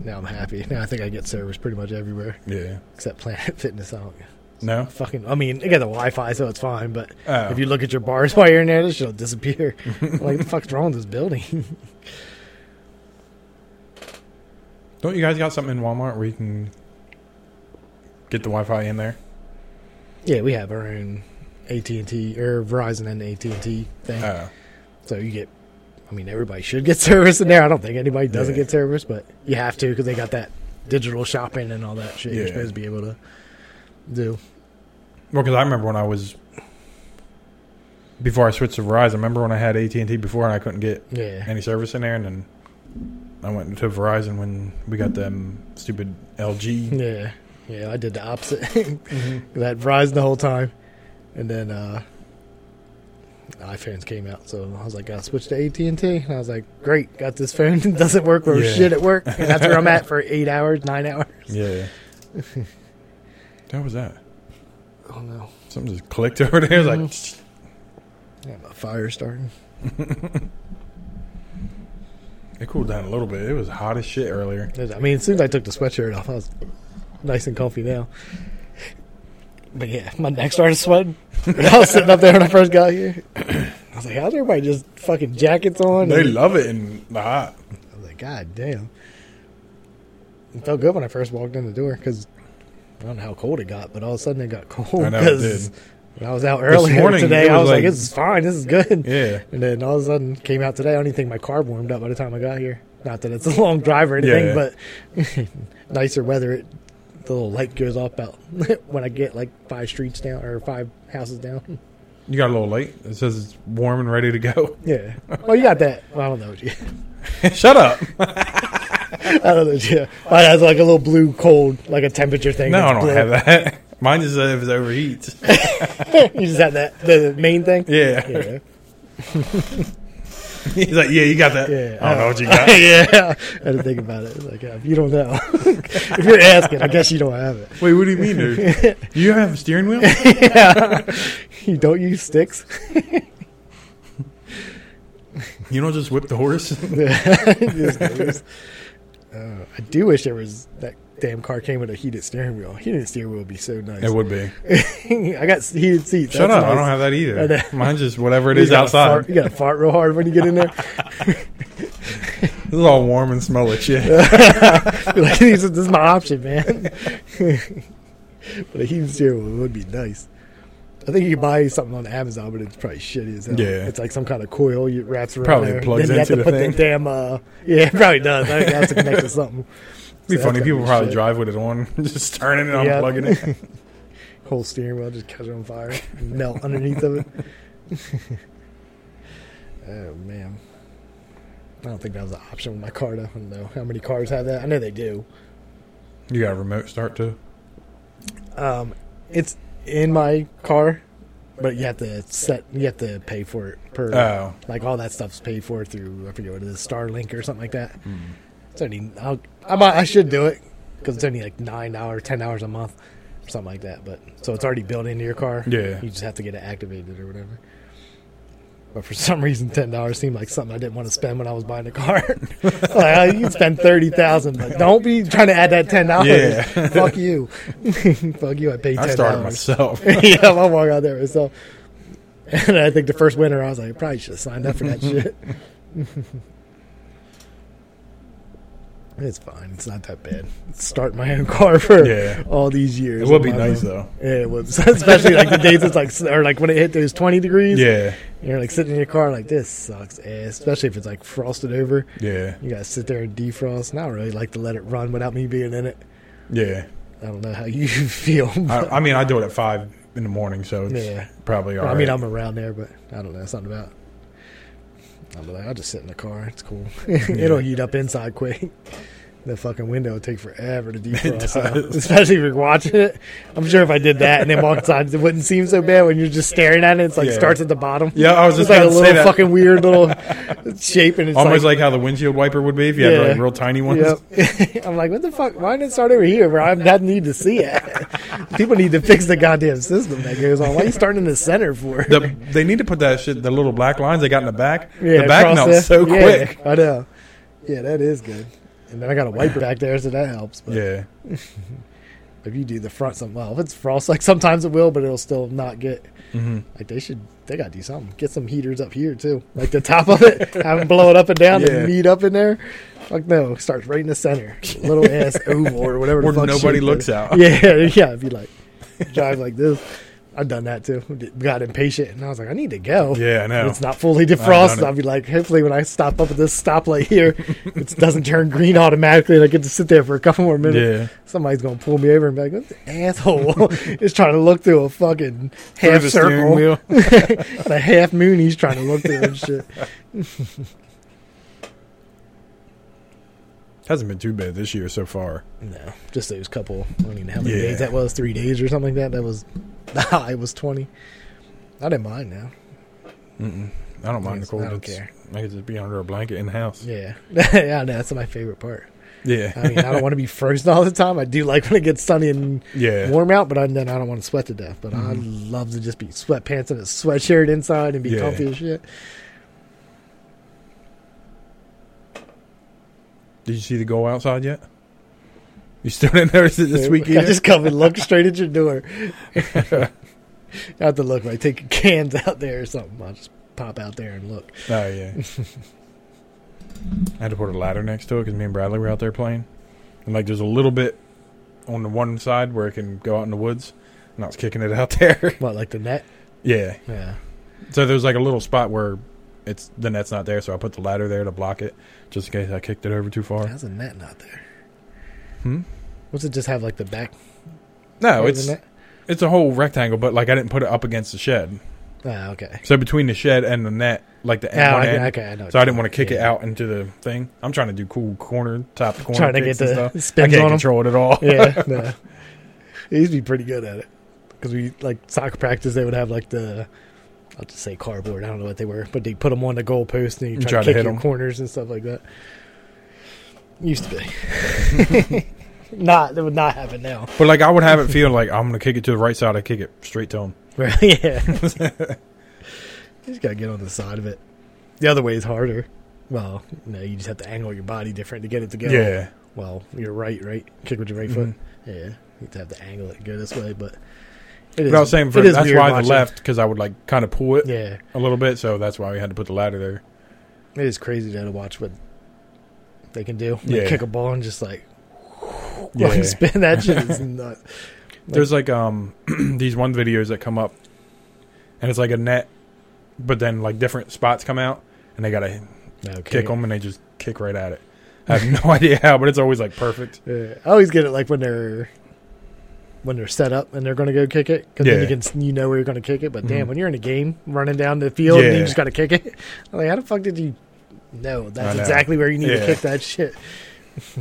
B: Now I'm happy. Now I think I get service pretty much everywhere
A: yeah.
B: except Planet Fitness. I don't
A: No.
B: fucking. I mean, I got the Wi-Fi, so it's fine. But
A: Oh.
B: if you look at your bars while you're in there, this shit'll disappear. I'm like, the fuck's wrong with this building?
A: Don't you guys got something in Walmart where you can get the Wi-Fi in there?
B: yeah, we have our own AT and T or Verizon and AT and T thing.
A: Oh.
B: So you get, I mean, everybody should get service in there. I don't think anybody doesn't
A: Yeah.
B: get service, but you have to because they got that digital shopping and all that shit. You're
A: Yeah.
B: supposed to be able to do.
A: Well, because I remember when I was before I switched to Verizon. I remember when I had AT and T before and I couldn't get
B: Yeah,
A: any service in there, and then I went to Verizon when we got them stupid LG.
B: yeah, yeah. I did the opposite.
A: Mm-hmm.
B: that Verizon the whole time, and then uh iPhones came out, so I was like, I switched to AT and T, and I was like, great, got this phone. It doesn't work for
A: Yeah.
B: shit at work, and that's where I'm at for eight hours, nine hours.
A: Yeah. How was that?
B: Oh no,
A: Something just clicked over there. It was like,
B: Mm-hmm. I have a fire starting.
A: it cooled down a little bit. It was hot as shit earlier.
B: I mean, as soon as I took the sweatshirt off, I was nice and comfy now. But yeah, my neck started sweating. When I was sitting up there when I first got here. I was like, how's everybody just fucking jackets on?
A: They
B: And
A: love it in the hot.
B: I was like, God damn. It felt good when I first walked in the door because I don't know how cold it got, but all of a sudden it got cold.
A: I know it
B: 'cause
A: did.
B: When I was out earlier
A: morning,
B: today,
A: it
B: I
A: was
B: was like,
A: like-
B: this is fine. This is good.
A: Yeah.
B: And then all of a sudden came out today. I don't even think my car warmed up by the time I got here. Not that it's a long drive or anything,
A: Yeah.
B: but nicer weather. It, the little light goes off about when I get like five streets down or five houses down.
A: You got a little late. It says it's warm and ready to go.
B: Yeah. Well, Oh, you got that. Well, I don't know. What you,
A: Shut up.
B: I don't know. What you, mine has like a little blue cold, like a temperature thing.
A: No, I
B: that's
A: don't
B: blue.
A: have that. Mine just says if it overheats.
B: you just have that. The main thing.
A: Yeah.
B: Yeah.
A: He's like, yeah, you got that.
B: Yeah.
A: I don't know what you got.
B: yeah. I had to think about it. It's Like, yeah, if you don't know, if you're asking, I guess you don't have it.
A: Wait, what do you mean, dude? Do you have a steering wheel?
B: You don't use sticks.
A: You don't just whip the horse?
B: Just goes. Uh, I do wish there was that damn car came with a heated steering wheel. Heated steering wheel would be so nice.
A: It would be.
B: I got s- heated seats.
A: Shut
B: That's
A: up. I don't
B: nice.
A: have that
B: I
A: either.
B: know.
A: Mine's just whatever it
B: You
A: is
B: gotta
A: outside.
B: fart- you gotta fart real hard when you get in there.
A: This is all warm and smell like shit.
B: You're like, this, is, this is my option, man. but a heated steering wheel would be nice. I think you can buy something on Amazon, but it's probably shitty as hell.
A: Yeah.
B: It's like some kind of coil you wraps around.
A: Probably
B: there.
A: plugs
B: then you have
A: into
B: to
A: the
B: put
A: thing.
B: The damn, uh, yeah, it probably does. I think it has to connect to something.
A: It'd be
B: So
A: funny.
B: that's
A: People
B: gotta be
A: probably
B: shit.
A: drive with it on, just turning it,
B: Yeah.
A: unplugging it.
B: whole steering wheel just catch on fire, melt underneath of it. oh man, I don't think that was an option with my car. Though. I don't know how many cars have that. I know they do.
A: You got a remote start too.
B: Um, it's in my car, but you have to set, you have to pay for it per.
A: Oh,
B: Like all that stuff's paid for through I forget what it is, Starlink or something like that.
A: Mm.
B: It's only I'll, I might, I should do it because it's only like nine dollars, ten dollars a month, or something like that. But so it's already built into your car.
A: Yeah.
B: you just have to get it activated or whatever. But for some reason, ten dollars seemed like something I didn't want to spend when I was buying a car. like oh, you can spend thirty thousand, but don't be trying to add that ten dollars.
A: Yeah.
B: fuck you, fuck you. I paid
A: I
B: ten
A: started
B: dollars.
A: myself.
B: yeah, I'm gonna walk out there myself. And I think the first winter, I was like, I probably should have signed up for that shit. It's fine. It's not that bad. Start my own car for
A: Yeah.
B: all these years.
A: It would be
B: on my
A: nice
B: own.
A: though.
B: Yeah, it would. Especially like the days it's like, s- or like when it hit those 20 degrees.
A: Yeah,
B: You're like sitting in your car like, this sucks ass. Especially if it's like frosted over.
A: yeah,
B: You got to sit there and defrost. And I don't really like to let it run without me being in it.
A: yeah.
B: I don't know how you feel.
A: I,
B: but-
A: I mean, I do it at five in the morning, so it's
B: Yeah.
A: probably all
B: I mean,
A: right.
B: I'm around there, but I don't know. Something about. I'm like, I'll just sit in the car. It's cool. It'll heat up inside quick. The fucking window will take forever to defrost, out.
A: does.
B: especially if you're watching it. I'm sure if I did that and then walked outside, it wouldn't seem so bad when you're just staring at it. It's like
A: Yeah.
B: starts at the bottom.
A: Yeah, I was
B: it's
A: just
B: like a
A: about to say
B: little
A: that.
B: fucking weird little shape, and it's
A: Almost
B: like,
A: like, how the windshield wiper would be if you had
B: Yeah.
A: like real tiny ones.
B: Yep. I'm like, what the fuck? Why did it start over here where I that need to see it? People need to fix the goddamn system that goes on. Why are you starting in the center for?
A: The, they need to put that shit, the little black lines they got in the back.
B: Yeah,
A: the back
B: across
A: melts so
B: there. Yeah,
A: quick.
B: I know. Yeah, that is good. And then I got a wiper back there, so that helps. But
A: Yeah,
B: if you do the front, some well, if it's frost, like sometimes it will, but it'll still not get.
A: Mm-hmm.
B: Like they should, they got to do something. Get some heaters up here too, like the top of it. Have them blow it up and down
A: Yeah.
B: and meet up in there. Fuck no, starts right in the center, little ass oval or whatever. the
A: Where
B: fuck
A: nobody
B: shape
A: looks
B: it is.
A: out.
B: Yeah, yeah. It'd be like drive like this. I've done that too. Got impatient, and I was like, I need to go.
A: yeah, I
B: And
A: know.
B: it's not fully
A: I've
B: defrosted.
A: done it.
B: I'll be like, hopefully, when I stop up at this stoplight here, it doesn't turn green automatically, and I get to sit there for a couple more minutes.
A: yeah,
B: Somebody's gonna pull me over and be like, "What the asshole is trying to look through a fucking
A: Through
B: half
A: the steering
B: circle,
A: wheel.
B: and a half moon he's trying to look through and shit."
A: Hasn't been too bad this year so far.
B: No, just those couple. I don't even know how many
A: Yeah.
B: days that was. Three days or something like that. That was the high was twenty. I didn't mind now.
A: Mm-mm. I don't mind the cold.
B: I don't
A: It's-
B: care.
A: I could just be under a blanket in the house.
B: Yeah, yeah, I know, that's my favorite part.
A: Yeah,
B: I mean, I don't want to be frozen all the time. I do like when it gets sunny and
A: yeah. Mm-hmm.
B: warm out, but I, then I don't want to sweat to death. But I love to just be sweatpants and a sweatshirt inside and be
A: Yeah.
B: comfy as shit.
A: Did you see the goal outside yet? You still didn't notice it this week
B: I
A: either?
B: just come and look straight at your door. I have to look like taking cans out there or something. I'll just pop out there and look.
A: Oh yeah. I had to put a ladder next to it because me and Bradley were out there playing, and like there's a little bit on the one side where it can go out in the woods, and I was kicking it out there.
B: What, like the net?
A: yeah.
B: Yeah.
A: So there's like a little spot where it's the net's not there, so I put the ladder there to block it, just in case I kicked it over too far.
B: How's the net not there?
A: Hmm?
B: What's it just have like the back?
A: No,
B: part of
A: Oh, it's
B: the net?
A: it's a whole rectangle, but like I didn't put it up against the shed.
B: Ah, okay.
A: So between the shed and the net, like the end,
B: Oh,
A: one
B: okay,
A: end,
B: okay, I know.
A: So I didn't want to kick it out into the thing. I'm trying to do cool corner, top corner.
B: Trying to get
A: kicks and
B: the
A: stuff. I
B: spins
A: can't
B: on them.
A: control it at all.
B: yeah, no. He used to be pretty good at it because we like soccer practice. They would have like the I'll just say cardboard. I don't know what they were, but they put them on the goal post and you try, to, kick
A: hit
B: your
A: 'em.
B: corners and stuff like that. Used to be. not that would not happen now.
A: But like I would have it feel like I'm gonna kick it to the right side. I kick it straight to him.
B: Right, yeah, you just gotta get on the side of it. The other way is harder. Well, no, you just have to angle your body different to get it to go.
A: Yeah,
B: Well, your right, right, kick with your right
A: Mhm.
B: foot. Yeah, you have to have the angle it go this way, but it
A: but I was saying for,
B: it is
A: that's
B: weird
A: why
B: watching.
A: the left because I would like kind of pull it
B: Yeah,
A: a little bit. So that's why we had to put the ladder there.
B: it is crazy though to watch what they can do. They
A: Yeah.
B: kick a ball and just like,
A: Yeah.
B: like spin that shit is nuts.
A: There's like um these one videos that come up, and it's like a net, but then like different spots come out, and they gotta
B: Okay.
A: kick them, and they just kick right at it. I have no idea how, but it's always like perfect.
B: Yeah. I always get it like when they're when they're set up and they're going to go kick it because then
A: Yeah.
B: you can you know where you're going to kick it. But damn,
A: Mhm.
B: when you're in a game running down the field and you
A: Yeah.
B: just got to kick it, I'm like how the fuck did you? No, that's
A: know.
B: exactly where you need to
A: Yeah.
B: kick that shit.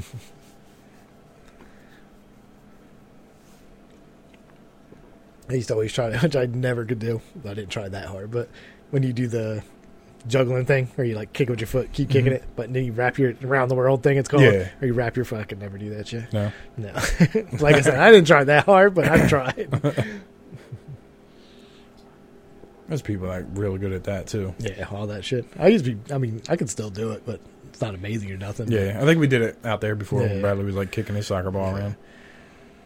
B: I used to always try that, which I never could do. I didn't try that hard, but when you do the juggling thing where you like kick with your foot, keep kicking
A: Mhm.
B: it, but then you wrap your around the world thing, it's called,
A: Yeah.
B: or you wrap your foot. I could never do that shit.
A: No,
B: No. like I said, I didn't try that hard, but I tried.
A: there's people like really good at that too.
B: yeah, all that shit. I used to be, I mean, I could still do it, but it's not amazing or nothing.
A: Yeah, I think we did it out there before
B: Yeah.
A: when Bradley was like kicking his soccer ball around.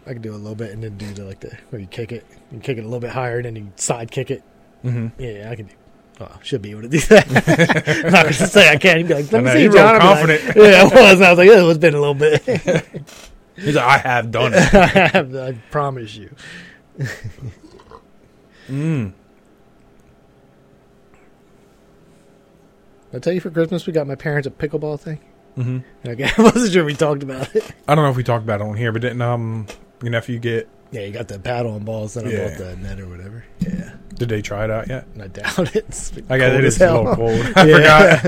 B: I could do a little bit and then do the, like the, where you kick it, you kick it a little bit higher and then you side kick it.
A: Mm-hmm.
B: Yeah, I can do Oh, should be able to do that. I'm not going to say I can. He'd be like,
A: I
B: let me
A: know,
B: see,
A: you're uh, real
B: John. I'd be like,
A: confident.
B: yeah, I was. I was like, oh, it's been a little bit.
A: He's like, I have done it.
B: I promise you.
A: Mm.
B: I tell you, for Christmas we got my parents a pickleball thing.
A: hmm
B: Okay, I wasn't sure we talked about it.
A: I don't know if we talked about it on here, but didn't um your nephew get?
B: Yeah, you got the paddle and balls, then I
A: Yeah.
B: bought the net or whatever. Yeah,
A: Did they try it out yet?
B: and I doubt it. It's been
A: I guess
B: cold
A: it
B: as
A: is a little
B: hell.
A: cold. I
B: yeah.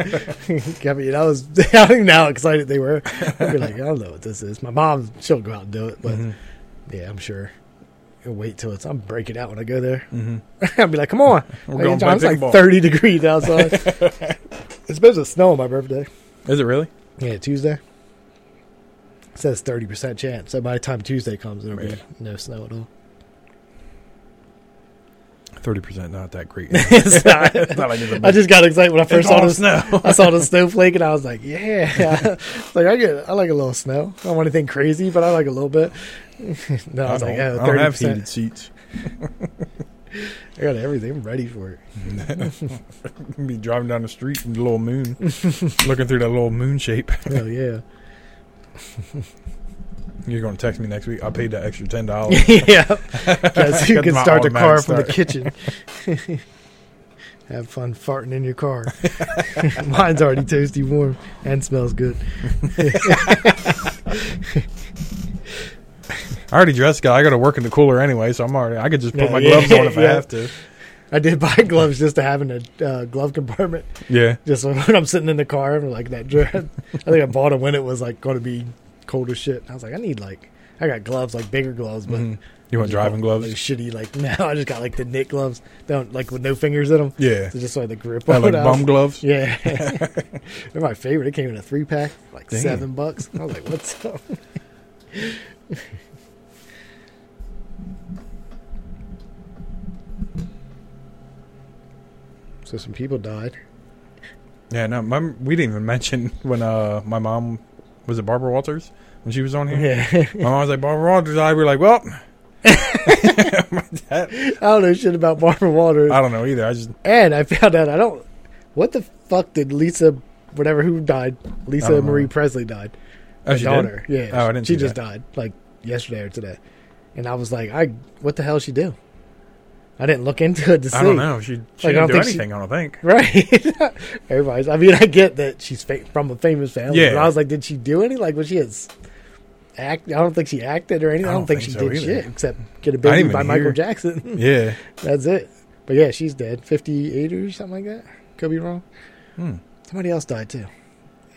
A: forgot.
B: I mean, I was doubting now excited they were. I'd be like, I don't know what this is. My mom, she'll go out and do it, but
A: Mhm,
B: yeah, I'm sure. You'll wait till it's. I'm breaking out when I go there.
A: mhm.
B: I'll be like, come on.
A: We're
B: Like,
A: going
B: it's
A: play
B: like
A: pickleball.
B: 30 degrees outside. it's supposed to snow on my birthday.
A: Is it really?
B: Yeah, Tuesday. It says 30% chance. So by the time Tuesday comes, there'll be
A: Yeah.
B: no snow at all.
A: Thirty percent, not that great.
B: It's not.
A: It's not like it's a
B: I just got excited when I first
A: It's
B: saw
A: all
B: this.
A: snow.
B: I saw the snowflake and I was like, "Yeah!" It's like I get, I like a little snow. I don't want anything crazy, but I like a little bit. no, I was
A: don't,
B: like, "Yeah,
A: I don't
B: thirty
A: have
B: percent."
A: heated seats.
B: I got everything ready for it.
A: Be driving down the street in the little moon, looking through that little moon shape.
B: Oh yeah,
A: You're going to text me next week. I paid that extra ten dollars.
B: yeah. Because you
A: Got
B: can
A: Oh. my
B: start the car
A: automatic
B: from the
A: start.
B: kitchen. have fun farting in your car. Mine's already toasty warm and smells good.
A: I already dressed, guy. I got to work in the cooler anyway, so I'm already. I could just put
B: Yeah,
A: my
B: yeah,
A: gloves on if I
B: yeah.
A: have to.
B: I did buy gloves just to have in a uh, glove compartment.
A: Yeah.
B: Just when I'm sitting in the car and like that dress. I think I bought them when it was like going to be cold as shit. I was like, I need like I got gloves like bigger gloves, but
A: Mhm. You want driving
B: Those
A: gloves?
B: shitty like no, I just got like the knit gloves. They Don't like with no fingers in them.
A: Yeah.
B: So just like the grip
A: That,
B: on
A: like
B: it. I was-
A: bum gloves.
B: Yeah, they're my favorite. It came in a three pack, like
A: Damn.
B: seven bucks. I was like, what's up? so some people died.
A: Yeah, no, my, we didn't even mention when uh my mom was it Barbara Walters when she was on here.
B: Yeah.
A: My mom was like Barbara Walters. I we were like, well,
B: I don't know shit about Barbara Walters.
A: I don't know either. I just
B: and I found out I don't. What the fuck did Lisa, whatever who died?
A: I don't
B: Lisa
A: know.
B: Marie Presley died.
A: oh,
B: My
A: she
B: daughter.
A: Did?
B: Yeah.
A: Oh, I didn't
B: She
A: see
B: just
A: that.
B: died like yesterday or today, and I was like, I what the hell she do? I didn't look into it to see.
A: I don't know. She, she
B: Like, I
A: didn't
B: don't
A: do
B: think she-
A: anything. I don't think.
B: Right. Everybody's. I mean, I get that she's fa- from a famous family.
A: Yeah.
B: But I was like, did she do any? Like, was she as act? I don't think she acted or anything. I don't, think, she
A: so
B: did
A: either.
B: shit except get a
A: didn't
B: baby
A: even
B: by
A: hear.
B: Michael Jackson.
A: Yeah.
B: That's it. But yeah, she's dead. Fifty-eight or something like that. Could be wrong.
A: Hmm.
B: Somebody else died too.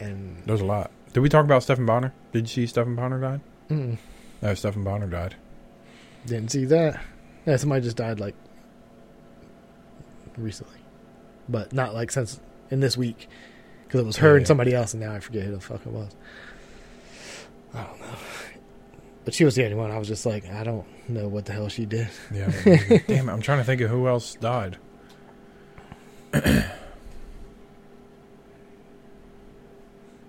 B: And
A: There's a lot. Did we talk about Stephen Bonner? Did you see Stephen Bonner died?
B: mm,
A: No, Stephen Bonner died.
B: didn't see that. Yeah, somebody just died like recently, but not like since in this week because it was her
A: Yeah.
B: and somebody else, and now I forget who the fuck it was. I don't know. But she was the only one. I was just like, I don't know what the hell she did.
A: Yeah. I don't know. Damn it! I'm trying to think of who else died.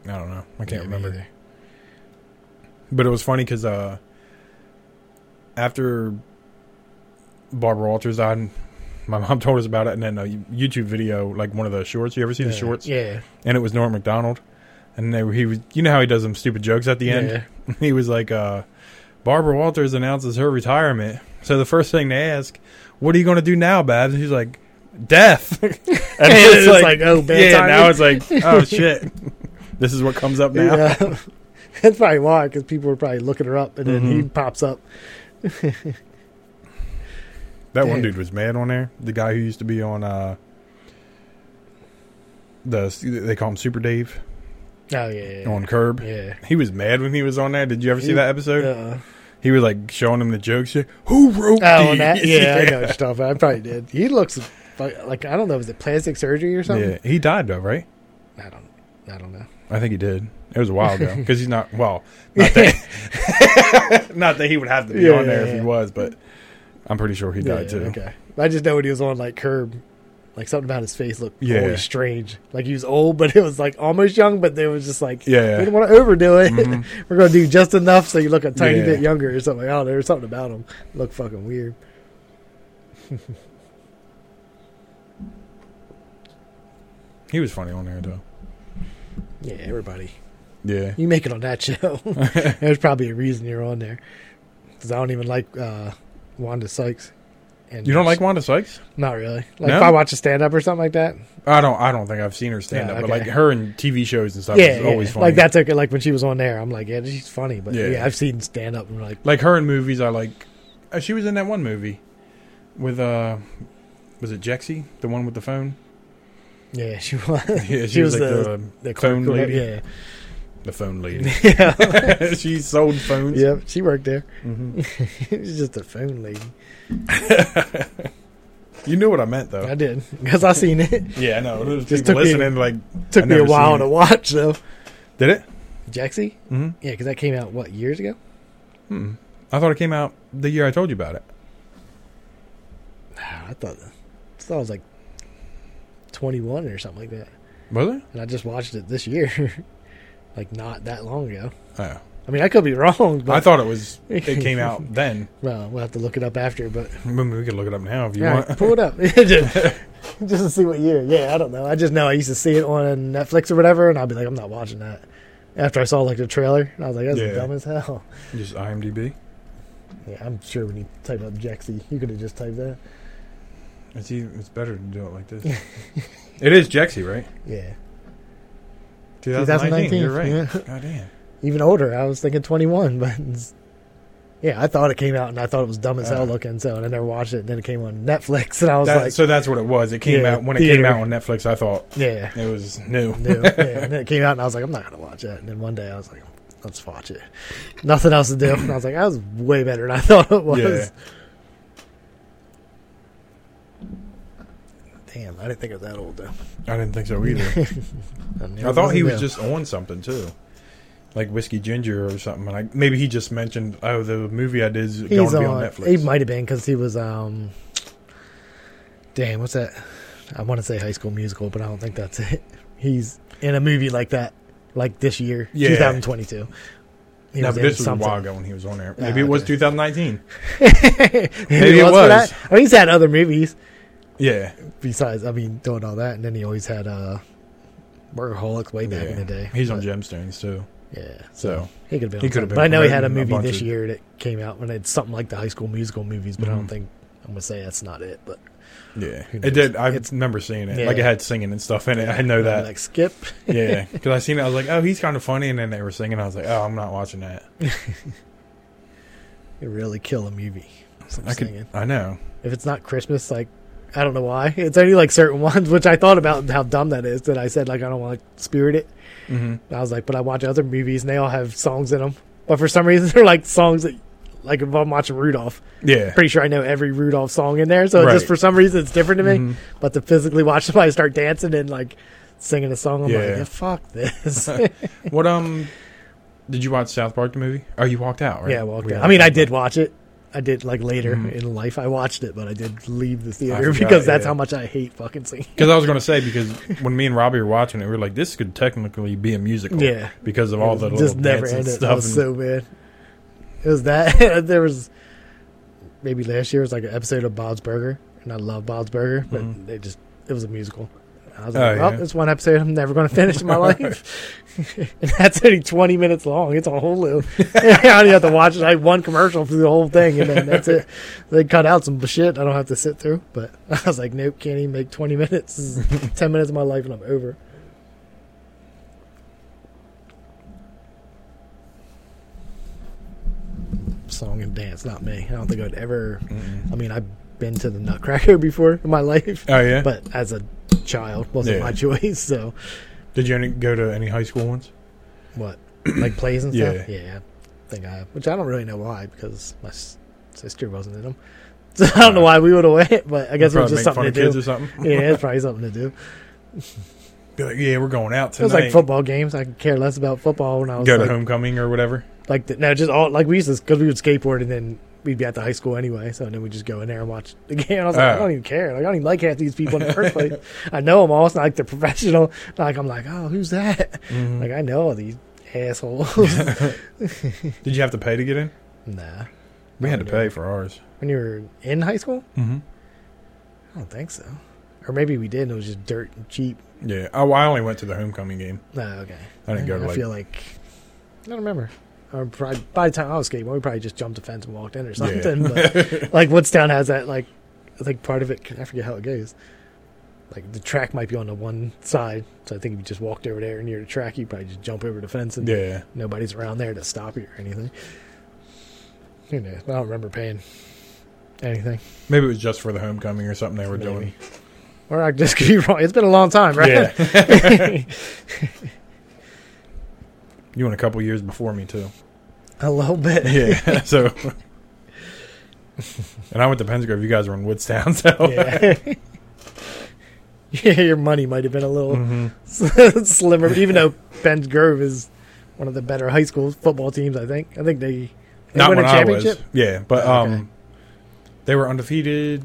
A: I don't know. I can't
B: Yeah, me
A: remember.
B: either.
A: But it was funny because uh, after Barbara Walters died, my mom told us about it, and then a YouTube video, like one of the shorts. You ever see
B: yeah.
A: the shorts?
B: Yeah.
A: And it was Norm Macdonald, and they were, he was, you know how he does them stupid jokes at the end.
B: Yeah.
A: He was like, uh, "Barbara Walters announces her retirement." So the first thing they ask, "What are you going to do now, Babs?" And she's like, "Death." and
B: And
A: it's like,
B: oh, bad
A: yeah.
B: timing.
A: Now it's like, oh shit, this is what comes up now.
B: Yeah. That's probably why, because people were probably looking her up, and then he
A: Mhm.
B: pops up.
A: That one
B: Dude.
A: dude was mad on there. The guy who used to be on uh the they call him Super Dave
B: Oh yeah.
A: on Curb.
B: Yeah.
A: He was mad when he was on that. Did you ever see
B: He-
A: that episode?
B: Uh,
A: He was like showing him the jokes. yeah, Who wrote
B: oh,
A: these?
B: and that, yeah, I know what you're talking about. I probably did. He looks fu- like I don't know. Was it plastic surgery or something?
A: Yeah. He died though, right?
B: I don't. I don't know.
A: I think he did. It was a while ago because he's not well. Not that, not that he would have to be
B: Yeah,
A: on there
B: yeah,
A: if
B: yeah.
A: he was, but I'm pretty sure he died
B: Yeah,
A: too.
B: Okay. I just know when he was on like Curb, like something about his face looked
A: Yeah.
B: always strange. Like he was old, but it was like almost young. But they was just like,
A: Yeah, yeah.
B: we don't want to overdo it.
A: Mhm.
B: We're gonna do just enough so you look a tiny
A: Yeah.
B: bit younger or something. I don't know. There's something about him looked fucking weird.
A: He was funny on there though.
B: Yeah, everybody.
A: Yeah.
B: You make it on that show. There's probably a reason you're on there. Because I don't even like uh, Wanda Sykes. And
A: You don't like Wanda Sykes?
B: Not really. Like
A: No?
B: if I watch a stand up or something like that.
A: I don't. I don't think I've seen her stand
B: Yeah,
A: up, but
B: okay.
A: like her in TV shows and stuff
B: yeah,
A: is always
B: yeah.
A: funny.
B: like that's okay. Like when she was on there, I'm like, yeah, she's funny. But
A: Yeah.
B: yeah, I've seen stand up and like,
A: Like her in movies, I like. Uh, she was in that one movie with uh, was it Jexy, the one with the phone?
B: yeah, she was.
A: Yeah, she,
B: She
A: was,
B: was
A: like the,
B: the- The
A: Phone
B: clerk-
A: lady?
B: Yeah,
A: the phone lady.
B: yeah,
A: she sold phones.
B: yep. She worked there.
A: Mhm.
B: She's just a phone lady.
A: you knew what I meant though.
B: I did because I seen it.
A: yeah, I know. There's
B: Just
A: people
B: took me-
A: listening, like,
B: Took
A: I
B: me a
A: never
B: while
A: seen it.
B: to watch though.
A: did it?
B: Jaxie,
A: Mm-hmm.
B: yeah, because that came out what years ago?
A: Hmm. I thought it came out the year I told you about it.
B: Nah, I thought, I thought I was like 21 or something like that,
A: Was it?
B: and I just watched it this year, like not that long ago.
A: Oh.
B: I mean, I could be wrong, but
A: I thought it was. It came out then.
B: well, we'll have to look it up after. But
A: Maybe we could look it up now if you
B: Yeah,
A: want.
B: pull it up just, just to see what year. Yeah, I don't know. I just know I used to see it on Netflix or whatever, and I'd be like, I'm not watching that. After I saw like the trailer, and I was like, that's
A: Yeah.
B: dumb as hell.
A: Just IMDb.
B: Yeah, I'm sure when you type up Jaxie, you could have just typed that.
A: It's even, it's better to do it like this. it is Jexy, right?
B: Yeah,
A: 2019. You're right.
B: 2019,
A: God damn.
B: even older. I was thinking 21, but it's- yeah, I thought it came out, and I thought it was dumb as
A: Uh.
B: hell looking. So, and I never watched it. And then it came on Netflix, and I was
A: That-
B: like,
A: so that's what it was. It came
B: Yeah,
A: out when it came
B: theater.
A: out on Netflix. I thought
B: yeah,
A: it was new.
B: no, yeah. And then it came out, and I was like, I'm not gonna watch that. And then one day, I was like, let's watch it. Nothing else to do. And I was like, that was way better than I thought it was.
A: Yeah.
B: Damn, I didn't think it was that old though.
A: I didn't think so either. I thought he was just on something too, like Whiskey Ginger or something. And I, maybe he just mentioned, "Oh, the movie I did is going
B: he's
A: to
B: on,
A: be on Netflix."
B: He might have been because he was um. Damn, what's that? I want to say High School Musical, but I don't think that's it. He's in a movie like that, like this year,
A: Yeah.
B: 2022. He
A: no,
B: was
A: but
B: in
A: this was a
B: something.
A: while ago when he was on there.
B: Ah,
A: Maybe it was
B: okay.
A: 2019.
B: Maybe it
A: was.
B: was. for that. I mean, he's had other movies
A: Yeah,
B: besides. I mean, doing all that, and then he always had uh, Workaholics way back
A: yeah.
B: in the day.
A: he's on
B: But,
A: Gemstones too.
B: Yeah,
A: So
B: He could have been.
A: He
B: on
A: could've
B: something.
A: been
B: But I know he had a
A: promoting a
B: movie
A: bunch
B: this
A: of-
B: year that came out when it's something like the High School Musical movies, but I don't
A: Mhm.
B: think I'm gonna say that's not it. But
A: yeah,
B: Who
A: it
B: knows?
A: did. I
B: It's-
A: remember seeing it.
B: Yeah.
A: Like it had singing and stuff in it. I know
B: I'm
A: that.
B: like skip.
A: yeah, because I seen it. I was like, "Oh, he's kind of funny," and then they were singing. I was like, "Oh, I'm not watching that."
B: It really kill a movie. Some
A: I could.
B: singing.
A: I know.
B: If it's not Christmas, like I don't know why. It's only like certain ones, which I thought about how dumb that is. That I said like I don't want to spirit it.
A: hmm
B: And I was like, but I watch other movies and they all have songs in them. But for some reason, they're like songs that, like if I'm watching Rudolph,
A: Yeah.
B: pretty sure I know every Rudolph song in there. So
A: Right.
B: just for some reason, it's different to me.
A: Mhm.
B: But to physically watch somebody start dancing and like singing a song, I'm
A: Yeah.
B: like, yeah, fuck this.
A: What um? Did you watch South Park the movie? Oh, you walked out, right?
B: Yeah, I walked
A: We
B: out.
A: all
B: I mean, I
A: walked
B: did
A: out.
B: watch it. I did like later
A: Mhm.
B: in life. I watched it, but I did leave the
A: I
B: theater
A: forgot,
B: because that's
A: yeah.
B: how much I hate fucking singing.
A: Because I was going to say because when me and Robbie were watching it, we were like, "This could technically be a musical."
B: Yeah.
A: Because of all the
B: It
A: little
B: just never
A: dance and
B: ended.
A: stuff.
B: That was so bad. It was that there was maybe last year it was like an episode of Bob's Burger, and I love Bob's Burger, but
A: Mhm.
B: they just it was a musical. I was
A: Oh,
B: like, well,
A: yeah.
B: it's one episode I'm never going to finish in my life. and that's only 20 minutes long. It's on Hulu. I only have to watch like one commercial through the whole thing, and then that's it. They cut out some shit I don't have to sit through, but I was like, nope, can't even make 20 minutes. This is 10 minutes of my life, and I'm over. Song and dance, not me. I don't think I'd ever.
A: Mm-mm.
B: I mean, I've been to the Nutcracker before in my life,
A: Oh yeah.
B: but as a child, wasn't
A: Yeah.
B: my choice. So
A: did you any, go to any high school ones?
B: what, like plays and stuff?
A: Yeah.
B: Yeah, I think I. Which I don't really know why, because my s- sister wasn't in them. So I don't know why we would have went, but I guess it
A: Probably
B: was just
A: make
B: something
A: fun
B: to
A: of kids
B: do.
A: or something.
B: yeah, it's probably something to do.
A: Be like, "Yeah, we're going out
B: It was
A: tonight."
B: like football games. I could care less about football when I was
A: Go
B: like,
A: to homecoming or whatever.
B: like the, no, just all like we used to because we would skateboard and then we'd be at the high school anyway. So then we'd just go in there and watch the game. I was like,
A: Oh.
B: I don't even care. Like I don't even like half these people in the first place. I know them all. It's not like they're professional. Like I'm like, oh, who's that?
A: Mhm.
B: Like I know all these assholes.
A: Mm-hmm. did you have to pay to get in?
B: nah,
A: We had to
B: No,
A: pay for ours.
B: when you were in high school,
A: Mm-hmm.
B: I don't think so. or maybe we did. and It was just dirt and cheap.
A: Yeah. Oh, I only went to the homecoming game.
B: No, okay.
A: I didn't go to
B: I
A: like.
B: feel like I don't remember. Or probably, by the time I was skating, we probably just jumped a fence and walked in or something. But like Woodstown has that like I think part of it I forget how it goes. Like the track might be on the one side, so I think if you just walked over there near the track, you probably just jump over the fence and
A: yeah.
B: nobody's around there to stop you or anything. Who knows? I don't remember paying anything.
A: Maybe it was just for the homecoming or something they were doing.
B: Maybe. Or I just could be wrong. It's been a long time, right?
A: Yeah. You went a couple years before me too.
B: a little bit.
A: Yeah. so. and I went to Pennsgrove. You guys were in Woodstown, so.
B: yeah. Yeah, your money might have been a little
A: hmm
B: slimmer, even though Ben's Grove is one of the better high school football teams. I think. I think they, they
A: Not
B: win
A: when
B: a
A: I was.
B: championship.
A: Yeah, but
B: Oh, okay.
A: um, they were undefeated.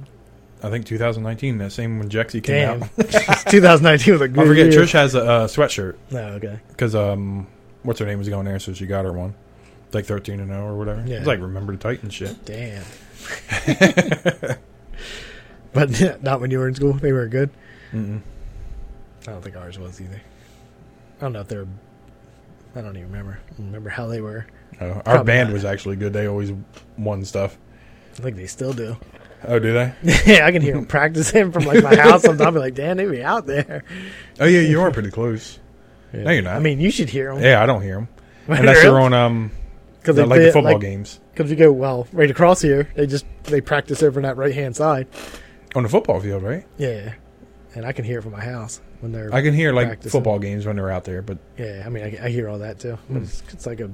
A: I think 2019. That same when Jexy came
B: Damn,
A: out.
B: 2019 was a good
A: I forget.
B: year.
A: Trish has a, uh sweatshirt
B: No, okay.
A: because um, what's her name was going there, so she got her one. It's like 13 and 0 or whatever.
B: Yeah.
A: It's like remember the Titan shit.
B: Damn. but not when you were in school. They were good.
A: Mm-mm.
B: I don't think ours was either. I don't know if they're. I don't even remember. I don't remember how they were.
A: Oh, our
B: Probably
A: band
B: not.
A: was actually good. They always won stuff.
B: I think they still do.
A: Oh, do they?
B: Yeah, I can hear them practicing from like my house. Sometimes I'll be like, "Damn, they be out there."
A: Oh yeah, you are pretty close. No, you're not.
B: I mean, you should hear them.
A: Yeah, I don't hear them. And that's their own um,
B: Because
A: I like the football games
B: Because you go well right across here, they just they practice over on that right hand side.
A: on the football field, right?
B: Yeah, and I can hear it from my house when they're.
A: I can hear like
B: Practicing.
A: football games when they're out there, but
B: yeah, I mean, I, I hear all that too. But
A: Hmm.
B: It's, it's like a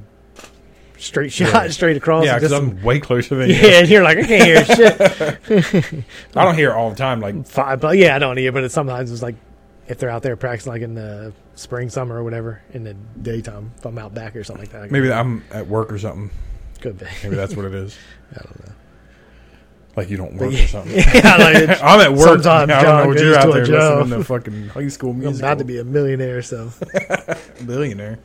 B: straight shot,
A: Yeah.
B: straight across.
A: yeah,
B: and
A: because
B: just-
A: I'm way closer than you.
B: yeah, and you're like, I can't hear shit.
A: I don't hear it all the time. Like
B: Five, but yeah, I don't hear. But it sometimes it's like if they're out there practicing, like in the spring, summer, or whatever, in the daytime, if I'm out back or something like that. I can-
A: maybe I'm at work or something.
B: could be.
A: Maybe that's what it is.
B: I don't know.
A: Like you don't
B: But
A: work
B: yeah.
A: or something.
B: yeah, like it's-
A: I'm at work.
B: Sometimes
A: I don't know
B: John
A: what
B: goes
A: you're
B: to
A: out
B: a
A: there
B: job.
A: listening to fucking high school
B: I'm
A: music.
B: about to be a millionaire, so
A: billionaire.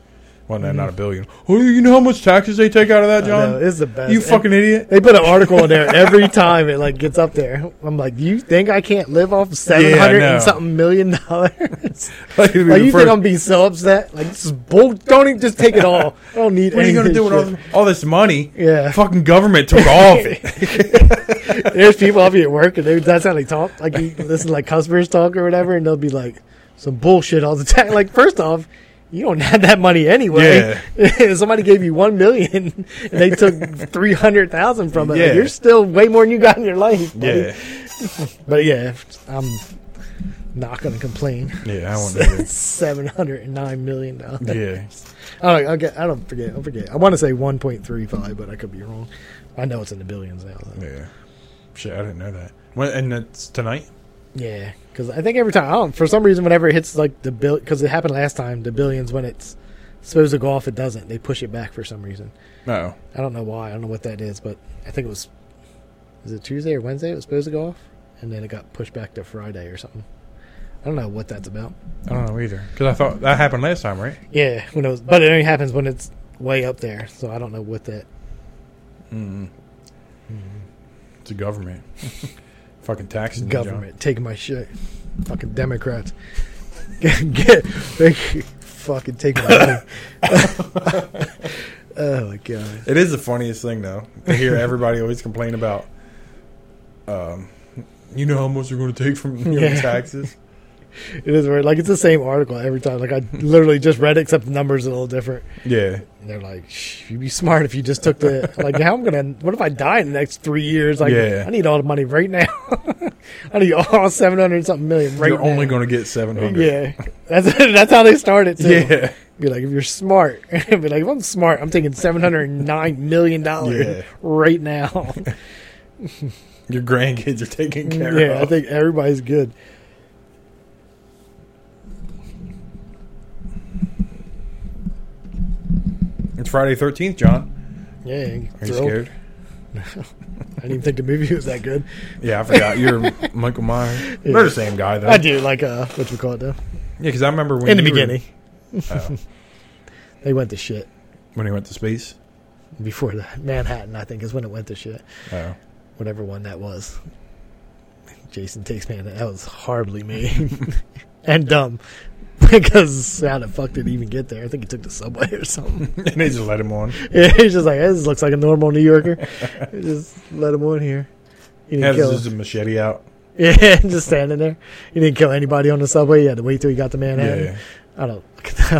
A: Well, no, not a billion. Oh, you know how much taxes they take out of that,
B: Mm. I know,
A: John?
B: it's the best.
A: You
B: And
A: fucking idiot.
B: They put an article in there every time it like gets up there. I'm like, you think I can't live off seven hundred
A: know.
B: and something million dollars?
A: Like, it'd be
B: like
A: the
B: you
A: first-
B: think I'm being so upset? Like this is bull. Don't even just take it all. I don't need.
A: what are you
B: going
A: gonna
B: to
A: do with all, this- all this money?
B: Yeah.
A: fucking government took all of it.
B: There's people up here at work, and they, that's how they talk. Like you listen to like customers talk or whatever, and they'll be like some bullshit all the time. Like first off. You don't have that money anyway. Somebody gave you one million, and they took three hundred thousand from it. Like,
A: Yeah.
B: you're still way more than you got in your life. buddy.
A: Yeah,
B: But yeah, I'm not going to complain.
A: yeah, I want to.
B: Seven hundred and nine million dollars.
A: Yeah,
B: Oh, I don't, I get- I don't forget. I forget. I want to say one point three five, but I could be wrong. I know it's in the billions now. Though.
A: yeah. Shit, I didn't know that. When, and that's tonight.
B: Yeah, because I think every time I don't for some reason whenever it hits like the bill because it happened last time the billions when it's supposed to go off it doesn't they push it back for some reason.
A: No,
B: I don't know why. I don't know what that is, but I think it was is it Tuesday or Wednesday it was supposed to go off and then it got pushed back to Friday or something. I don't know what that's about.
A: I don't know either. Because I thought that happened last time, right?
B: Yeah, when it was, but it only happens when it's way up there. So I don't know what that.
A: Mm. It's a government. Fucking taxes. and
B: Government taking my shit, fucking Democrats. get, get they fucking take my money. oh my god.
A: junk. It is the funniest thing though. To hear everybody always complain about. Um, you know how much they're going to take from your
B: Yeah.
A: taxes.
B: It is weird. Like it's the same article every time. Like I literally just read it, except the numbers are a little different.
A: Yeah,
B: And they're like, Shh, you'd be smart if you just took the like. How I'm gonna? What if I die in the next three years? Like,
A: Yeah.
B: I need all the money right now. I need all seven hundred something million right
A: you're
B: now.
A: only going to get seven hundred.
B: Yeah, that's that's how they started. Too.
A: yeah,
B: be like if you're smart. be like if I'm smart, I'm taking seven hundred nine million dollars
A: Yeah.
B: right now.
A: Your grandkids are taken care
B: Mm, yeah, I
A: of.
B: think everybody's good.
A: it's Friday thirteenth, John.
B: Yeah,
A: Are you
B: thrilled.
A: scared?
B: I didn't even think the movie was that good.
A: Yeah, I forgot. You're Michael Myers.
B: Yeah.
A: They're the same guy, though.
B: I do like uh, what you call it though.
A: Yeah, because I remember when
B: In the
A: you were-
B: beginning,
A: Oh,
B: they went to shit.
A: when he went to space.
B: Before that, Manhattan, I think, is when it went to shit.
A: Oh,
B: Whatever one that was. Jason Takes Manhattan. That was horribly made and dumb because how the fuck did he even get there? I think he took the subway or something.
A: and they just let him on.
B: Yeah, he's just like this looks like a normal New Yorker. just let him on here. He didn't
A: Has
B: kill.
A: his machete out.
B: Yeah, just standing there. He didn't kill anybody on the subway. He had to wait till he got to
A: Yeah.
B: Manhattan.
A: yeah.
B: I don't.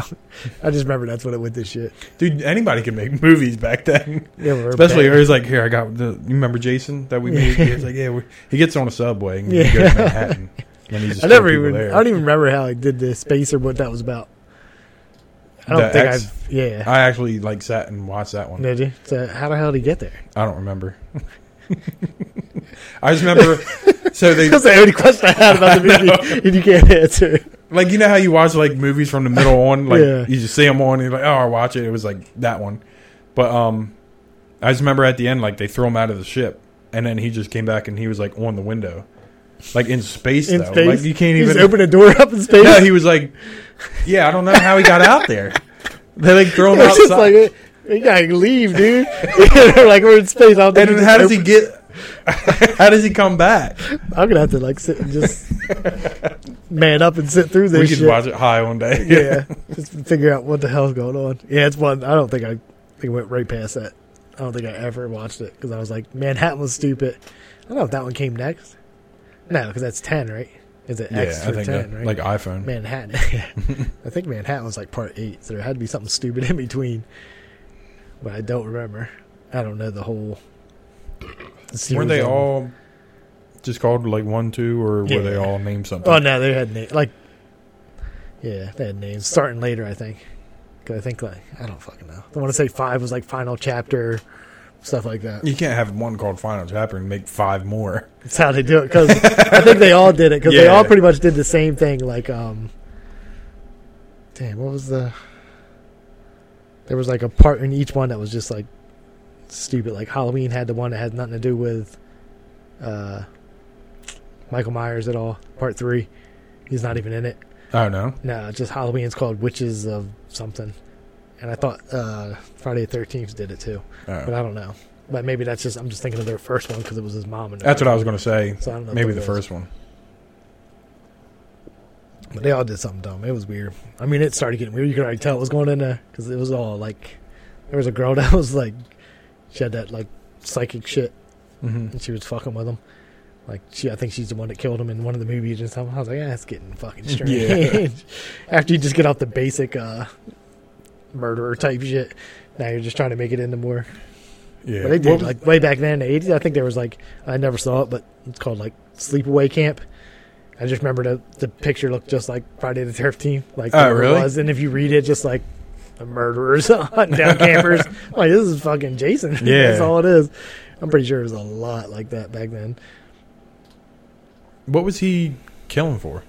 B: I just remember that's when it went this shit.
A: Dude, anybody could make movies back then.
B: Yeah, we were
A: Especially
B: bad.
A: it was like, here I got the. You remember Jason that we made?
B: Yeah.
A: He was like, yeah, we, he gets on a subway and he goes
B: Yeah.
A: to Manhattan. And he just
B: I never
A: kills people
B: even.
A: there.
B: I don't even remember how I did the space or what that was about. I don't
A: The
B: think
A: X-
B: I've. Yeah.
A: I actually like sat and watched that one.
B: did you? So how the hell did he get there?
A: I don't remember. I just remember. so they
B: That's the only question I had about the movie, and you can't answer. it.
A: like you know how you watch like movies from the middle on, like
B: Yeah.
A: you just see them on, and you're like, oh, I watch it. It was like that one, but um, I just remember at the end, like they throw him out of the ship, and then he just came back and he was like on the window, like in space
B: In
A: though.
B: space,
A: Like you can't
B: He
A: even
B: just opened a door up in space.
A: Yeah, he was like, yeah, I don't know how he got out there. They like throw him
B: It's
A: outside.
B: just like we gotta leave, dude. They're like we're in space. I don't think
A: and then
B: you just
A: how does he
B: open-
A: get? how does he come back?
B: I'm gonna have to like sit and just man up and sit through
A: We
B: this
A: could
B: shit.
A: watch it high one day.
B: Yeah, just figure out what the hell's going on. Yeah, it's one. I don't think I, I think I went right past that. I don't think I ever watched it because I was like, Manhattan was stupid. I don't know if that one came next. No, because that's ten, right? Is it
A: yeah,
B: X
A: I
B: for
A: think
B: ten,
A: that-
B: right?
A: like iPhone.
B: Manhattan. I think Manhattan was like part eight, so there had to be something stupid in between. But I don't remember. I don't know the whole. the
A: Weren't they
B: series.
A: all just called like one, two, or
B: Yeah.
A: were they all named something?
B: Oh no, they had names. Like, yeah, they had names. Starting later, I think. 'Cause I think like I don't fucking know. I want to say five was like final chapter, stuff like that.
A: You can't have one called Final Chapter and make five more.
B: That's how they do it. Because I think they all did it. Because they
A: Yeah.
B: all pretty much did the same thing. Like, um, damn, what was the? There was like a part in each one that was just like stupid. Like Halloween had the one that had nothing to do with uh, Michael Myers at all. Part three, he's not even in it.
A: I don't know.
B: No, just Halloween's called Witches of something. And I thought uh, Friday the 13th did it too, but
A: Oh.
B: I don't know. But maybe that's just I'm just thinking of their first one because it was his mom. And
A: That's what I was going to say.
B: So I don't know if
A: Maybe
B: it
A: the
B: was.
A: first one.
B: But they all did something dumb. It was weird. I mean, it started getting weird. You could already tell it was going in there because it was all like there was a girl that was like she had that like psychic shit
A: hmm
B: and she was fucking with him. Like she, I think she's the one that killed him in one of the movies and something. I was like, yeah, it's getting fucking strange.
A: Yeah.
B: After you just get off the basic uh, murderer type shit, now you're just trying to make it into more.
A: Yeah.
B: But they did
A: What was-
B: like way back then in the '80s. I think there was like I never saw it, but it's called like Sleepaway Camp. I just remember the the picture looked just like Friday the Thirteenth. Like
A: Oh,
B: whatever it
A: really?
B: was, and if you read it, just like the murderers hunting down campers. like this is fucking Jason.
A: Yeah.
B: that's all it is. I'm pretty sure it was a lot like that back then.
A: what was he killing for?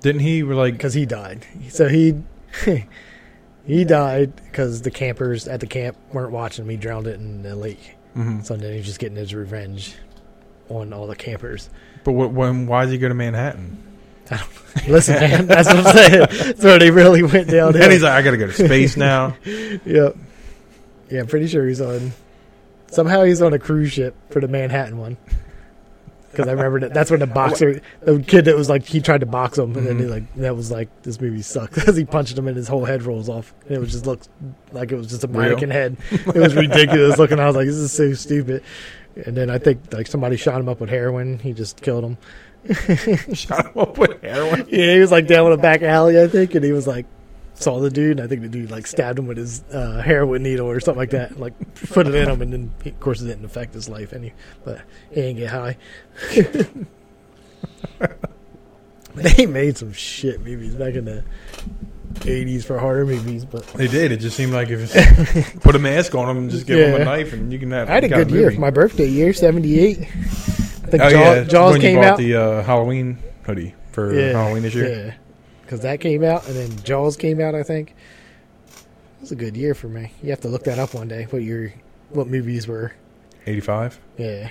A: Didn't he like?
B: because he died. So he he died because the campers at the camp weren't watching him. He drowned it in the lake.
A: hmm
B: So then he's just getting his revenge on all the campers.
A: But what, when? Why does he go to Manhattan?
B: Listen, man, that's what I'm saying. So they really went down.
A: and he's like, I got to go to space now.
B: yep. Yeah, I'm pretty sure he's on. Somehow he's on a cruise ship for the Manhattan one. Because I remember that. That's when the boxer, the kid that was like, he tried to box him, and then he
A: Mhm.
B: like, that was like, this movie sucks. Because he punched him, and his whole head rolls off. And it was just looked like it was just a
A: Real?
B: mannequin head. It was ridiculous looking. I was like, this is so stupid. And then I think like somebody shot him up with heroin. He just killed him.
A: Shot him up with heroin.
B: Yeah, he was like down in a back alley, I think, and he was like saw the dude. And I think the dude like stabbed him with his uh, heroin needle or something like that. and, Like put it in him, and then he- of course it didn't affect his life any. But he didn't get high. they made some shit movies back in the '80s for horror movies, but
A: They did. It just seemed like if it's, put a mask on him and just give him
B: Yeah.
A: a knife and you can have.
B: I had a
A: got
B: good year
A: movie.
B: for my birthday year '78. I think
A: oh
B: Jaw-
A: yeah,
B: Jaws
A: when you
B: came
A: bought
B: out.
A: the uh, Halloween hoodie for Halloween this year.
B: Yeah, because that came out, and then Jaws came out. I think it was a good year for me. You have to look that up one day. What your what movies were?
A: 85.
B: Yeah,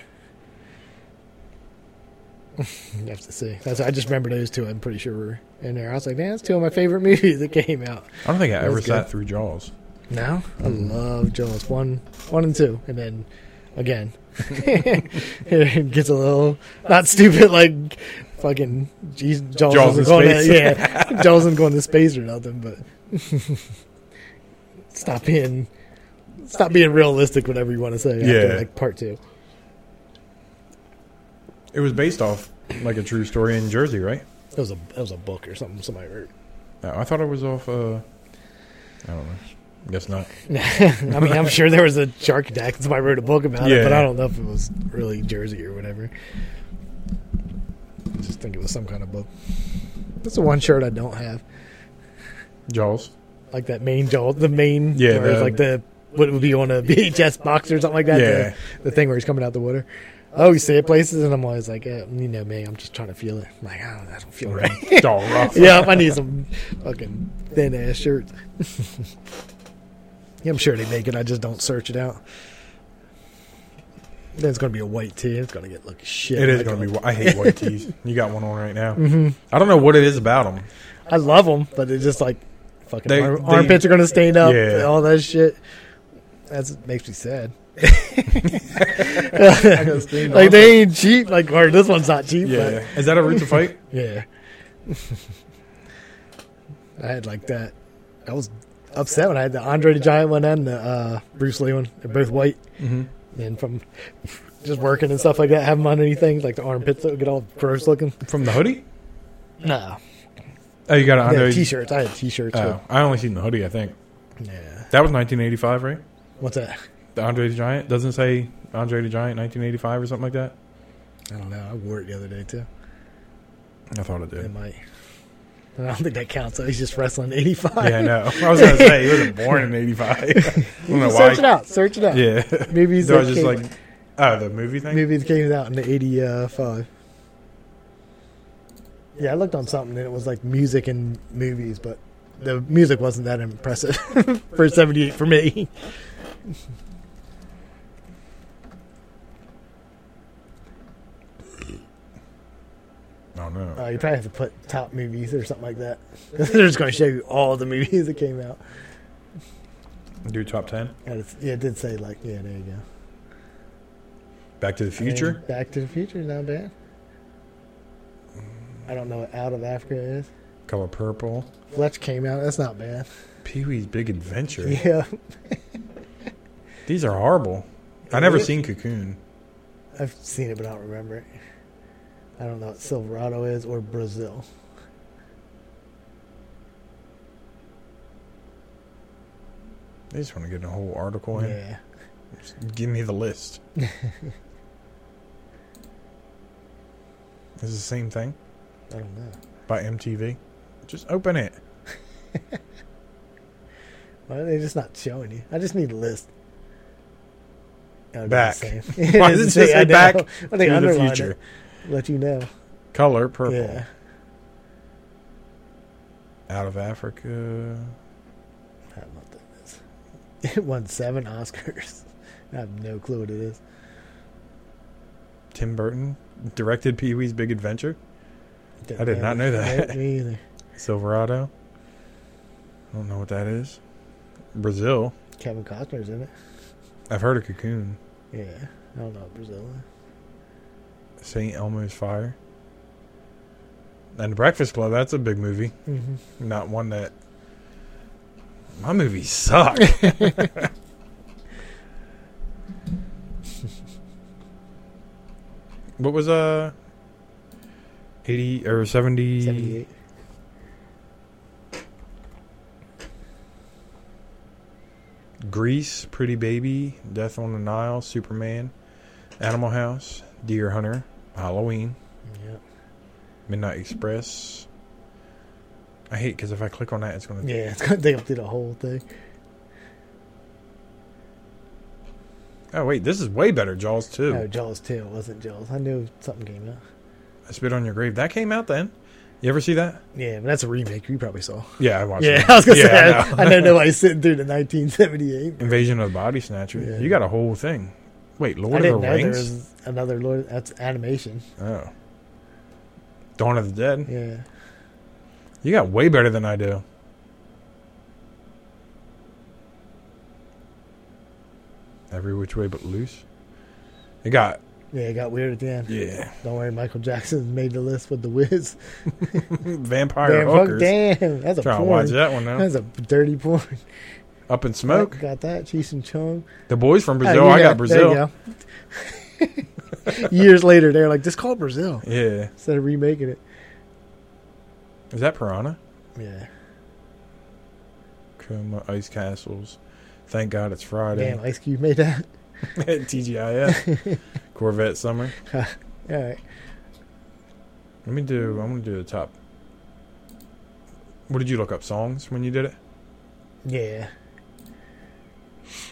B: you have to see. That's I just remember those two. I'm pretty sure were in there. I was like, man, that's two of my favorite movies that came out.
A: I don't think I
B: That was
A: ever
B: good.
A: sat through Jaws.
B: No, I love Jaws one, one and two, and then again. it gets a little not stupid like fucking geez, Jaws,
A: Jaws
B: isn't
A: in
B: going to,
A: space.
B: yeah Jaws isn't going to space or nothing. But stop being stop being realistic. Whatever you want to say.
A: Yeah.
B: After, like part two.
A: It was based off like a true story in Jersey, right?
B: It was a it was a book or something somebody wrote.
A: No, I thought it was off. Uh, I don't know. Guess not.
B: I mean, I'm sure there was a shark attack. and Somebody wrote a book about it, but
A: Yeah.
B: I don't know if it was really Jersey or whatever. I just think it was some kind of book. That's the one shirt I don't have.
A: Jaws.
B: Like that main jaw, the main,
A: Yeah,
B: or
A: the-
B: like the what would be on a VHS box or something like that.
A: Yeah.
B: The, the thing where he's coming out the water. Oh, you see it places, and I'm always like, eh, you know me, I'm just trying to feel it. I'm like, I don't, I don't feel right.
A: Jaw rough.
B: yeah, I need some fucking thin ass shirts. Yeah, I'm sure they make it. I just don't search it out. Then it's gonna be a white tee. It's gonna get like shit.
A: It is
B: Like, Mm-hmm.
A: going to be. I hate white tees. You got one on right now. I don't know what it is about them.
B: I love them, but it's just like fucking
A: They-
B: arm,
A: they-
B: armpits are gonna stain up.
A: Yeah.
B: All that shit. That's makes me sad. like they ain't cheap. Like or this one's not cheap. But
A: Yeah. Is that a root to fight?
B: Yeah. I had like that. I was upset when I had the Andre the Giant one and the uh, Bruce Lee one. They're both white.
A: Mhm.
B: And from just working and stuff like that, having them on anything, like the armpits that get all gross looking.
A: From the hoodie?
B: No.
A: Oh, you got an
B: I
A: Andre.
B: had t shirts. I had t shirts.
A: Oh, I only seen the hoodie. I think
B: Yeah.
A: that was 1985, right?
B: What's that?
A: The Andre the Giant doesn't it say Andre the Giant 1985 or something like that.
B: I don't know. I wore it the other day too.
A: I thought it
B: It
A: did.
B: might. I don't think that counts. Though. He's just wrestling 85.
A: Yeah, I know. I was gonna say he wasn't born in '85. I don't know
B: Search it
A: why.
B: out. Search it out.
A: Yeah.
B: Maybe he's
A: So I was
B: like,
A: just
B: came,
A: like, oh, the movie thing.
B: Maybe it came out in the 85. Yeah, I looked on something and it was like music and movies, but the music wasn't that impressive for 78 for me.
A: Oh no.
B: Uh, you probably have to put top movies or something like that. They're just going to show you all the movies that came out.
A: Do top ten.
B: And it's, yeah, it did say like, yeah, there you go.
A: Back to the
B: And
A: Future.
B: Back to the Future, not bad. I don't know what Out of Africa is.
A: Color Purple.
B: Fletch came out. That's not bad.
A: Pee Wee's Big Adventure.
B: Yeah,
A: These are horrible. I never seen Cocoon.
B: I've seen it, but I don't remember it. I don't know what Silverado is or Brazil.
A: They just want to get a whole article in.
B: Yeah.
A: Just give me the list. this is the same thing
B: I don't know.
A: by MTV. Just open it.
B: Why are they just not showing you? I just need a list. That would be
A: Back.
B: the same.
A: Why does it just say
B: I know.
A: back
B: Well, they
A: to the
B: underlined
A: future.
B: it. Let you know.
A: Color purple.
B: Yeah.
A: Out of Africa.
B: I don't know what that is. It won seven Oscars. I have no clue what it is.
A: Tim Burton directed Pee Wee's Big Adventure.
B: Didn't
A: I did not know that.
B: Nope, me either.
A: Silverado. I don't know what that is. Brazil.
B: Kevin Costner's in it.
A: I've heard of Cocoon.
B: Yeah. I don't know what Brazil is.
A: St. Elmo's Fire. And The Breakfast Club. That's a big movie.
B: Mm-hmm.
A: Not one that. My movies suck. what was uh eighty or 70,
B: 78.
A: Grease, Pretty Baby, Death on the Nile, Superman, Animal House, Deer Hunter, Halloween,
B: Yeah.
A: Midnight Express. I hate because if I click on that, it's going to.
B: Yeah, it's going to take up through the whole thing.
A: Oh, wait, this is way better. Jaws 2.
B: No, Jaws 2. It wasn't Jaws. I knew something came out.
A: I Spit on Your Grave. That came out then. You ever see that?
B: Yeah, but that's a remake. You probably saw.
A: Yeah, I watched
B: Yeah,
A: it.
B: I was gonna
A: Yeah,
B: say
A: I
B: I,
A: know.
B: I know nobody's sitting through the 1978.
A: Invasion of the Body Snatchers.
B: Yeah.
A: You got a whole thing. Wait,
B: I
A: Lord of
B: didn't
A: the
B: know there
A: Rings?
B: was another Lord. That's animation.
A: Oh. Dawn of the Dead.
B: Yeah,
A: You got way better than I do. Every which way but loose. It got
B: Yeah, it got weird at the end.
A: yeah,
B: Don't worry, Michael Jackson made the list with the whiz.
A: vampire
B: Damn, fuck,
A: hookers.
B: damn, that's a
A: Trying to
B: porn.
A: watch that one now.
B: That's a dirty porn.
A: Up in smoke.
B: Got that, Cheech and Chong.
A: The boys from Brazil.
B: Oh, you
A: I got
B: there you
A: Brazil.
B: go. Years later, they're like, just call it Brazil
A: Yeah,
B: instead of remaking it.
A: is that Piranha?
B: Yeah,
A: Coma Ice Castles. Thank God it's Friday.
B: damn, Ice Cube made that.
A: TGIF. Corvette Summer.
B: All right,
A: Let me do. I'm gonna do the top. What did you look up? Songs when you did it?
B: yeah.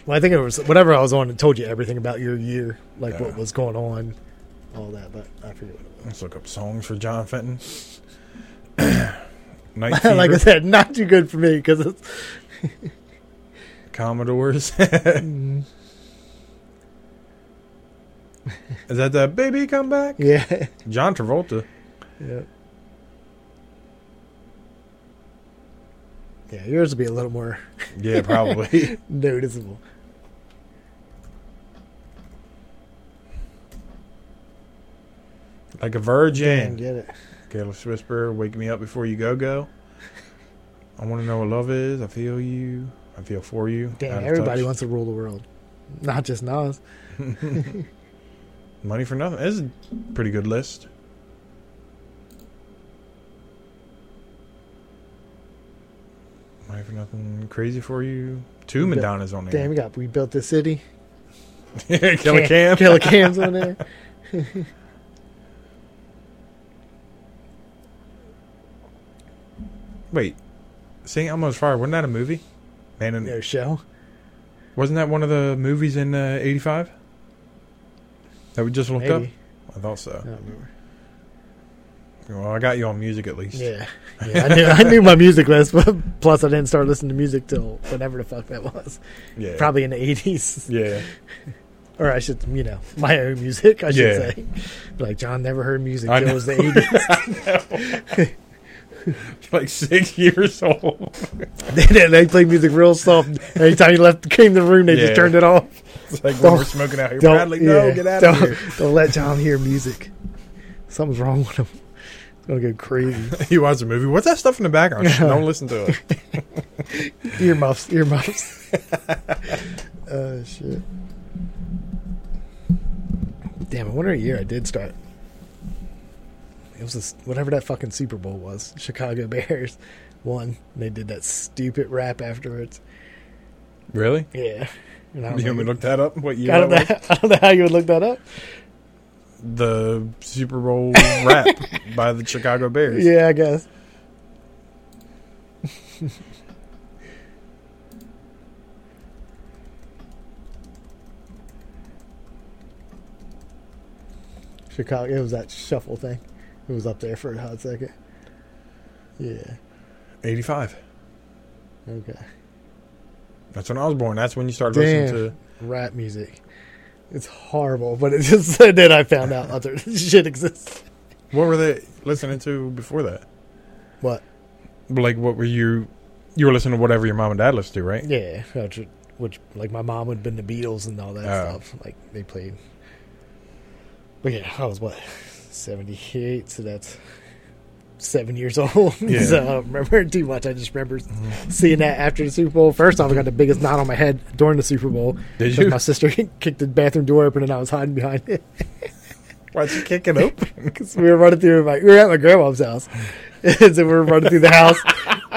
B: Well, I think it was whatever I was on. It told you everything about your year, like
A: Yeah.
B: what was going on, all that. But I forget what it
A: Let's look up songs for John Fenton. Night
B: was. like I
A: Fever,
B: said, not too good for me because it's
A: Commodores. Is that the baby come back?
B: yeah,
A: John Travolta.
B: yeah. Yeah, yours would be a little more
A: Yeah, probably.
B: noticeable.
A: like a
B: Damn,
A: virgin.
B: get it.
A: Careless Whisper, Wake Me Up Before You Go Go. I want to know what love is. I feel you. I feel for you. Out
B: Damn,
A: of
B: everybody
A: Touch.
B: wants to rule the world, not just Nas.
A: Money for Nothing. This is a pretty good list. Money for Nothing. Crazy for You. Two
B: Yeah.
A: Madonna's on
B: Damn,
A: there.
B: we got we built this city.
A: Damn. Killer Cam.
B: Cam- Killer Cam's on there.
A: Wait. St. Elmo's Fire. Wasn't that a movie? Man, in,
B: No show.
A: wasn't that one of the movies in uh, 85? That we just looked
B: Maybe.
A: up? I thought so.
B: I don't remember.
A: Well, I got you on music at least.
B: Yeah, yeah. I knew I knew my music list, but plus I didn't start listening to music till whatever the fuck that was.
A: Yeah.
B: Probably in the eighties,
A: Yeah.
B: or I should, you know, my own music. I should
A: Yeah.
B: say. Like John never heard music
A: I
B: till it
A: know.
B: was the eighties.
A: like six years old.
B: they, didn't- they played music real soft. Every time he left, came to the room, they
A: Yeah.
B: just turned it off.
A: It's like when we're
B: Don't-
A: smoking out here. Bradley, no,
B: yeah,
A: get out
B: don't,
A: of here.
B: Don't let John hear music. Something's wrong with him. It's gonna go crazy.
A: He watched the movie. What's that stuff in the background? Shh, Don't listen to it.
B: Earmuffs, earmuffs. Oh shit. Damn, I wonder a year I did start. It was this, whatever that fucking Super Bowl was. Chicago Bears won. and They did that stupid rap afterwards.
A: Really?
B: Yeah. And I
A: You
B: was
A: want me
B: like,
A: to look that up? What year?
B: I, don't know,
A: that was?
B: I don't know how you would look that up.
A: The Super Bowl rap by the Chicago Bears.
B: Yeah, I guess. Chicago. It was that shuffle thing. It was up there for a hot second. Yeah.
A: 85.
B: Okay.
A: That's when I was born. That's when you started
B: Damn.
A: listening
B: Rap music. It's horrible, but it just then I found out other shit
A: to.
B: exists.
A: What were they listening to before that?
B: What?
A: Like, what were you. You were listening to whatever your mom and dad listened to, right?
B: Yeah. Which, which like my mom would have been the Beatles and all that
A: Oh.
B: stuff. Like they played. But yeah, I was what seventy eight, so that's seven years old.
A: Yeah.
B: so I don't remember too much. I just remember seeing that after the Super Bowl. First off, I got the biggest knot on my head during the Super Bowl.
A: Did
B: 'Cause
A: you?
B: My sister kicked the bathroom door open and I was hiding behind it
A: Why'd you kick it open?
B: because we were running through my we were at my grandma's house. and so we were running through the house.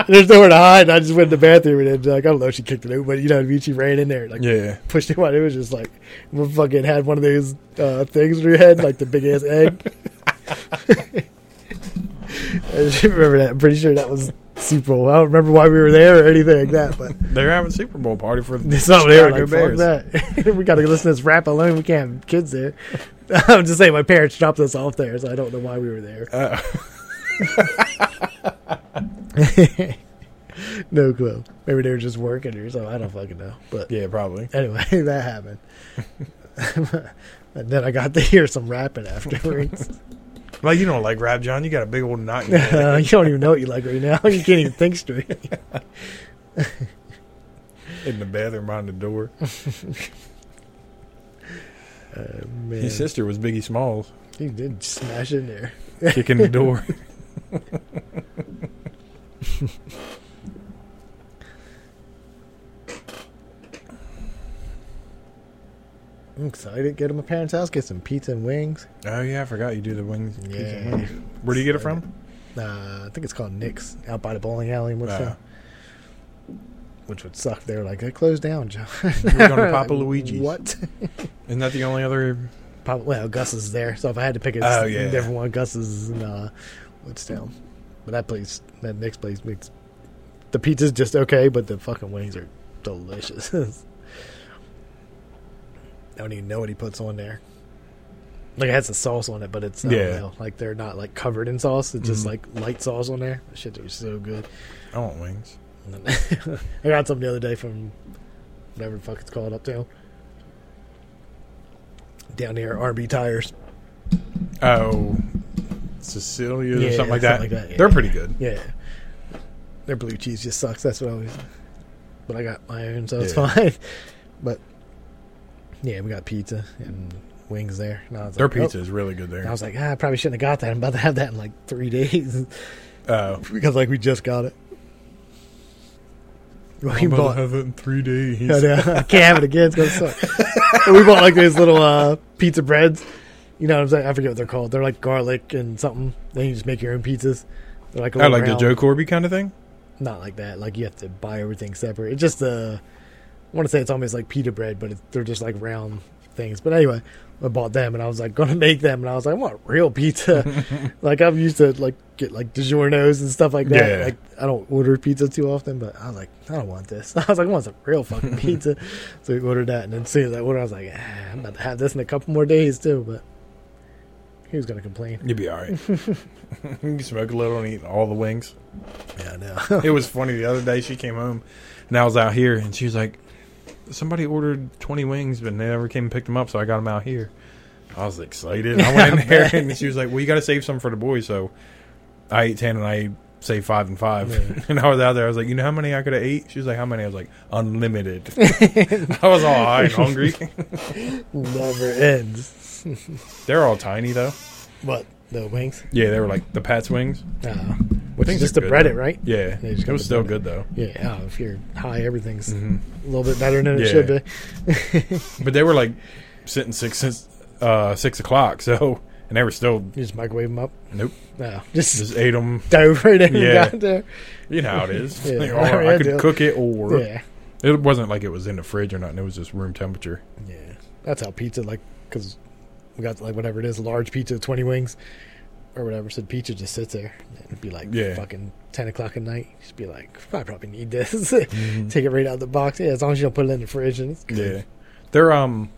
B: There's nowhere to hide. And I just went to the bathroom and then, like I don't know, if she kicked it open, but you know what I mean? She ran in there like
A: yeah.
B: pushed him out. It was just like we fucking had one of those uh, things in your head, like the big ass egg. I just remember that. I'm pretty sure that was Super Bowl. I don't remember why we were there or anything like that, but
A: They were having a Super Bowl party for the
B: it's not there.
A: Chicago
B: Like, fuck that. we got to listen to this rap alone. We can't have kids there. I'm just saying, my parents dropped us off there, so I don't know why we were there.
A: Uh,
B: No clue. Maybe they were just working or something. I don't fucking know. But
A: yeah, probably.
B: anyway, that happened. and then I got to hear some rapping afterwards.
A: Like, you don't like rap, John. You got a big old knot in your head.
B: Uh, you don't even know what you like right now. You can't even think straight.
A: in the bathroom behind the door.
B: Uh, man,
A: His sister was Biggie Smalls
B: he did smash in there.
A: kicking the door.
B: I'm excited. Go to my parents' house, get some pizza and wings.
A: Oh yeah, I forgot you do the wings. and pizza
B: Yeah.
A: wings. Where do you get it from?
B: Uh, I think it's called Nick's out by the bowling alley in Woodstock,
A: Uh,
B: which would suck. They were like, they closed down, John.
A: you were going to Papa Luigi's.
B: What?
A: Isn't that the only other?
B: Probably, well, Gus is there. So if I had to pick a
A: Oh, yeah.
B: different one, Gus is in uh, Woodstown. But that place, that Nick's place, makes the pizza's just okay, but the fucking wings are delicious. I don't even know what he puts on there. Like it has the sauce on it, but it's I don't
A: Yeah.
B: know, like they're not like covered in sauce. It's just
A: Mhm.
B: like light sauce on there. Shit, they're so good.
A: I want wings.
B: I got some the other day from whatever the fuck it's called uptown. Down here, RB tires.
A: Oh, Cecilia
B: Yeah,
A: or something like that.
B: something like that, yeah.
A: They're pretty good.
B: Yeah. Their blue cheese just sucks. That's what I always. But I got my own, so it's
A: Yeah.
B: fine. But yeah, we got pizza and wings there. And I was
A: Their
B: like,
A: pizza
B: oh.
A: is really good
B: And I
A: there.
B: was like, ah, I probably shouldn't have got that. I'm about to have that in like three days
A: Oh,
B: because like we just got it. Well,
A: I'm
B: we
A: about
B: bought.
A: to have it in three days.
B: I know. I can't have it again. It's gonna suck. And we bought like these little uh, pizza breads. You know what I'm saying? I forget what they're called. They're like garlic and something. Then you just make your own pizzas. They're like a
A: I
B: little
A: like the
B: round-
A: Joe Corby kind of thing.
B: not like that. Like you have to buy everything separate. It's just uh, I want to say it's almost like pita bread, but it's, they're just like round things. But anyway, I bought them and I was like going to make them, and I was like, I want real pizza. like I'm used to like get like DiGiorno's and stuff like that.
A: Yeah.
B: Like I don't order pizza too often, but I was like, I don't want this. I was like, I want some real fucking pizza. so we ordered that, and then as soon as I ordered, I was like, ah, I'm about to have this in a couple more days too. But he was going to complain.
A: You'd be all right. you can smoke a little and eat all the wings.
B: Yeah, I know.
A: It was funny the other day. She came home, and I was out here, and she was like, "Somebody ordered twenty wings, but they never came and picked them up, so I got them out here." I was excited. I went in there, and she was like, "Well, you got to save some for the boys." So I ate ten, and I saved five and five.
B: Yeah.
A: and I was out there. I was like, "You know how many I could have ate?" She was like, "How many?" I was like, "Unlimited." I was all high and hungry.
B: Never ends.
A: They're all tiny though.
B: But the wings.
A: Yeah, they were like the Pat's wings.
B: Uh, which is
A: Things
B: just
A: are
B: to
A: good,
B: bread it,
A: though.
B: right?
A: Yeah,
B: Yeah, you just
A: it was
B: gotta
A: still
B: bread
A: good though.
B: Yeah. oh, if you're high, everything's
A: hmm
B: a little bit better than it
A: Yeah.
B: should be.
A: But they were like sitting six since uh, six o'clock, so and they were still
B: You just microwave them up.
A: nope.
B: No, just,
A: Just ate them.
B: dive right in
A: Yeah.
B: and got there.
A: You know how it is.
B: Yeah.
A: Like, or
B: Yeah,
A: I could
B: dude.
A: cook it, or
B: Yeah,
A: it wasn't like it was in the fridge or nothing. It was just room temperature.
B: yeah. That's how pizza, like, because we got like whatever it is, large pizza, twenty wings, or whatever. So the pizza just sits there. It'd be like
A: Yeah.
B: fucking ten o'clock at night. Just be like, I probably need this. Take it right out of the box. Yeah, as long as you don't put it in the fridge and it's good.
A: Yeah, they're um.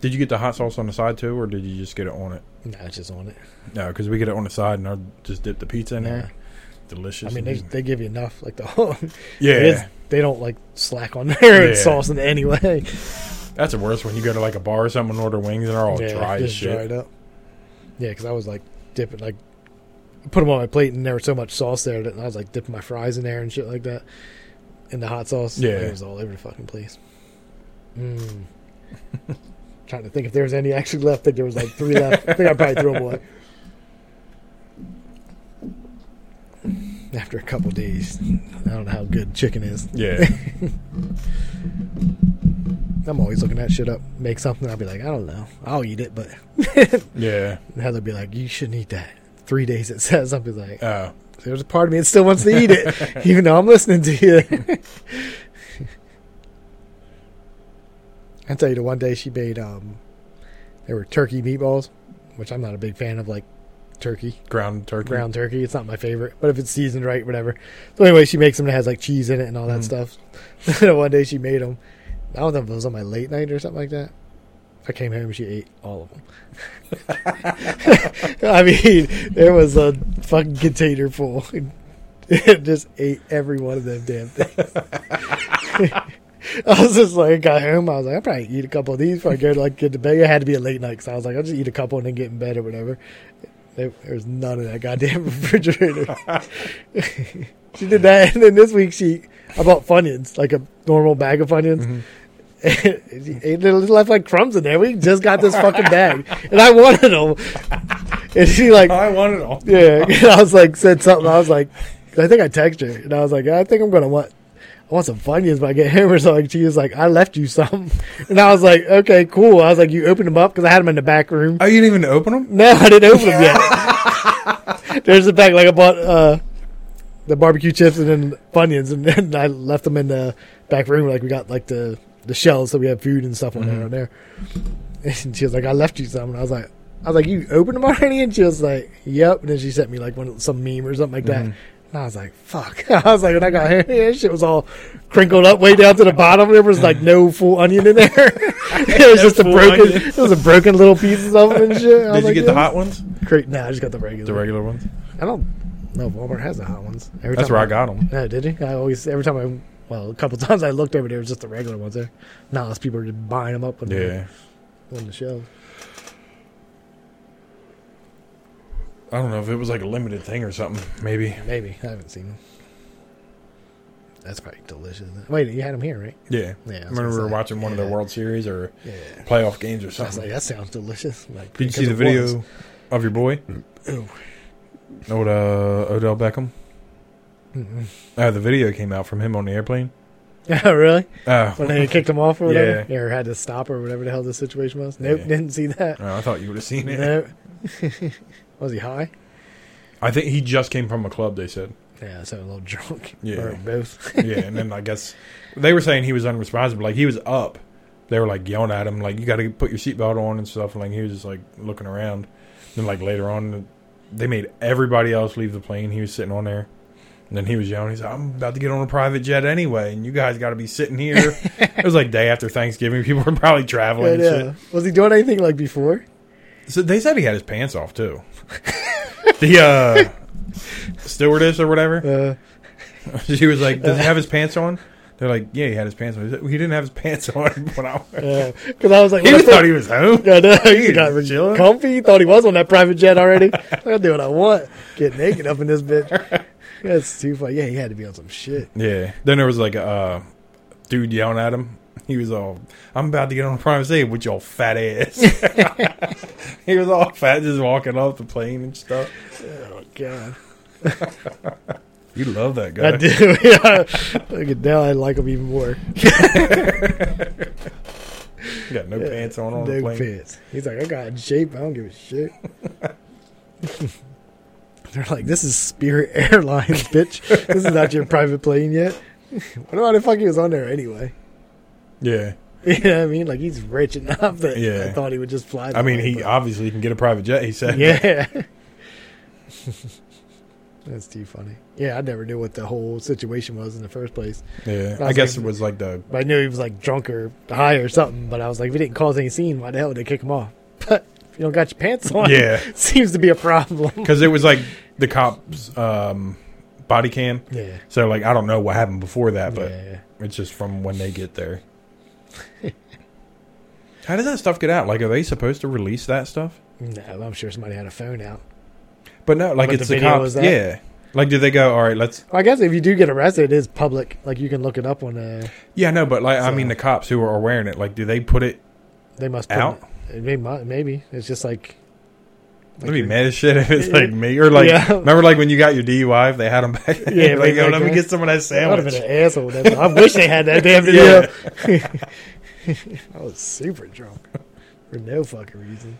A: Did you get the hot sauce on the side too, or did you just get it on it?
B: No, it's just on it.
A: No, because we get it on the side, and I just dip the pizza in
B: Nah.
A: there. Delicious.
B: I mean, they
A: and-
B: they give you enough. Like the whole
A: yeah,
B: It is- they don't like slack on their
A: Yeah.
B: sauce in any way.
A: that's the worst when you go to like a bar or something and order wings and they're all dry as
B: just
A: shit.
B: dried up. Yeah, because I was like dipping, like put them on my plate, and there was so much sauce there that I was like dipping my fries in there and shit like that, in the hot sauce.
A: Yeah.
B: it was all over the fucking place. Mm. Trying to think if there was any actually left. I think there was like three left. I think I probably threw them away. After a couple days, I don't know how good chicken is.
A: Yeah,
B: I'm always looking that shit up. Make something, I'll be like, I don't know. I'll eat it, but
A: yeah.
B: Heather be like, you shouldn't eat that. Three days it says. I'll be like, "Oh,
A: Uh,
B: there's a part of me that still wants to eat it, even though I'm listening to you. I tell you, the one day she made, um, there were turkey meatballs, which I'm not a big fan of, like turkey,
A: ground turkey.
B: ground turkey. It's not my favorite, but if it's seasoned right, whatever. So anyway, she makes them that has like cheese in it and all that
A: Mhm.
B: stuff. And one day she made them. I don't know if it was on my late night or something like that. I came home and she ate all of them. I mean, there was a fucking container full. It just ate every one of them damn things. I was just like, I got home. I was like, I'll probably eat a couple of these before I go to like get to bed. It had to be a late night, so I was like, I'll just eat a couple and then get in bed or whatever. There, there was none of that goddamn refrigerator. she did that, and then this week she, I bought Funyuns, like a normal bag of Funyuns, it left like crumbs in there. We just got this fucking bag, and I wanted them. And she like,
A: I want it all.
B: yeah. And I was like, said something. I was like, I think I texted her, and I was like, I think I'm gonna want, I want some Funyuns when I get home or something. She was like, I left you some, and I was like, okay, cool. I was like, you opened them up because I had them in the back room.
A: Oh, you didn't even open them?
B: No, I didn't open them yet. There's the bag. Like I bought uh, the barbecue chips and then Funyuns, and then I left them in the back room. Like we got like the the shells, so we had food and stuff on
A: Mm-hmm.
B: there on there. And she was like, "I left you some," and I was like. I was like, "You opened them already?" And she was like, "Yep." And then she sent me like one some meme or something like that.
A: Mm-hmm.
B: And I was like, "Fuck!" I was like, "When I got here, that shit was all crinkled up way down to the bottom. There was like no full onion in there. it was just a
A: full
B: broken,
A: onion.
B: it was a broken little pieces of it and shit. I
A: Did you
B: was like,
A: get the
B: "Yeah,
A: hot ones?
B: Great. No, I just got the regular.
A: The regular ones?
B: I don't know if Walmart has the hot ones. Every
A: That's
B: time
A: where I got them.
B: No, did you? I always every time I well, a couple times I looked over there, it was just the regular ones there. Now those people are just buying them up on,
A: Yeah.
B: the, on the shelves.
A: I don't know if it was like a limited thing or something. Maybe.
B: Maybe I haven't seen them. That's probably delicious. Wait, you had them here, right?
A: Yeah.
B: Yeah, I
A: I
B: was
A: remember
B: gonna
A: we were
B: say.
A: watching one of their
B: Yeah.
A: World Series or
B: Yeah.
A: playoff games or
B: I was like,
A: something.
B: that sounds delicious. Like,
A: Did you
B: because
A: see the
B: it
A: video
B: was.
A: of your boy?
B: Mm. Ooh.
A: Old uh, Odell Beckham?
B: Mm-mm.
A: Uh, the video came out from him on the airplane.
B: Mm-hmm. Yeah, really?
A: Oh.
B: When they kicked him off or
A: Yeah.
B: whatever, yeah. or had to stop or whatever the hell the situation was. Nope,
A: Yeah.
B: didn't see that.
A: Oh, I thought you would have seen it.
B: Nope. was he high?
A: I think he just came from a club, they said.
B: Yeah, so a little drunk.
A: Yeah.
B: Or both.
A: Yeah, and then I guess they were saying he was unresponsive. Like, he was up. They were like yelling at him, like, you got to put your seatbelt on and stuff. And like, he was just like looking around. Then, like, later on, they made everybody else leave the plane. He was sitting on there. And then he was yelling, he's like, I'm about to get on a private jet anyway, and you guys got to be sitting here. it was like day after Thanksgiving. People were probably traveling
B: But,
A: and shit.
B: uh, was he doing anything like before?
A: So they said he had his pants off too. the uh, stewardess or whatever,
B: Uh,
A: she was like, "Does he have his pants on?" They're like, "Yeah, he had his pants on." He said, "Well, he didn't have his pants on when I was."
B: because uh, I was like,
A: He
B: when I
A: thought
B: first-
A: he was home.
B: Yeah, no, he
A: Dude,
B: got
A: chilling.
B: comfy. Thought he was on that private jet already. I can do what I want. Get naked up in this bitch. That's too funny. Yeah, he had to be on some shit.
A: Yeah. Then there was like a uh, dude yelling at him. He was all, "I'm about to get on a private jet with your fat ass." he was all fat, just walking off the plane and stuff.
B: Oh god,
A: You love that guy.
B: I do. Yeah. Look at now, I like him even more.
A: He got no pants on on the
B: No
A: plane.
B: pants. He's like, I got in shape. I don't give a shit. They're like, this is Spirit Airlines, bitch. This is not your private plane yet. what about the fuck he was on there anyway?
A: Yeah.
B: You know what I mean? Like he's rich enough that
A: Yeah.
B: I thought he would just fly.
A: I
B: that
A: mean,
B: way,
A: he
B: but-
A: obviously can get a private jet. He said,
B: yeah. That's too funny. Yeah, I never knew what the whole situation was in the first place.
A: Yeah,
B: I
A: I
B: was
A: guess it
B: like-
A: was like the
B: But I knew he was like drunk or high or something. But I was like, if he didn't cause any scene, why the hell would they kick him off? But if you don't got your pants on,
A: Yeah.
B: seems to be a problem.
A: because it was like the cop's um, body cam.
B: Yeah,
A: So like I don't know what happened before that, but
B: yeah.
A: it's just from when they get there. How does that stuff get out? Like, are they supposed to release that stuff?
B: No, I'm sure somebody had a phone out.
A: But no, like
B: But
A: it's
B: the
A: the,
B: video
A: cops.
B: was that?
A: Yeah, like did they go? All right, let's.
B: Well, I guess if you do get arrested, it is public. Like you can look it up on. Uh,
A: Yeah, no, but like I mean,
B: So-
A: the cops who are wearing it, like, do they put it?
B: they must put
A: Out?
B: It, they might- maybe it's just like.
A: I'd be mad as shit if it's like me or like.
B: Yeah.
A: Remember, like when you got your DUI, if they had them back.
B: Yeah,
A: like,
B: like,
A: yo,
B: like
A: let me
B: that.
A: get some of that
B: I would
A: sandwich.
B: have been an asshole. That I wish they had that damn video. I was super drunk for no fucking reason.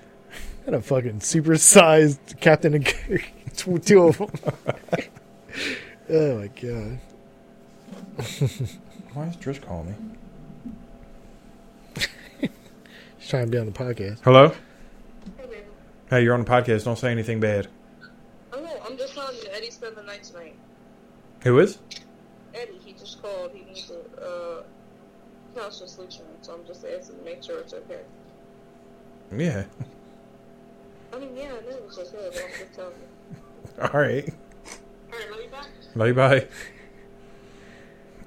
B: I had a fucking supersized Captain and Coke, Tw- two of them. oh my god!
A: Why is Trish calling me?
B: She's trying to be on the podcast.
A: Hello. Hey, you're on the podcast. Don't say anything bad.
C: Oh, I'm just telling you, Eddie spent the night tonight.
A: Who is?
C: Eddie, he just called. He needs a, uh, counselor solution, so I'm just asking to make sure it's okay.
A: Yeah.
C: I mean, yeah, I know it was okay, but I'm just telling you.
A: All right.
C: Alright, love you back.
A: Love bye.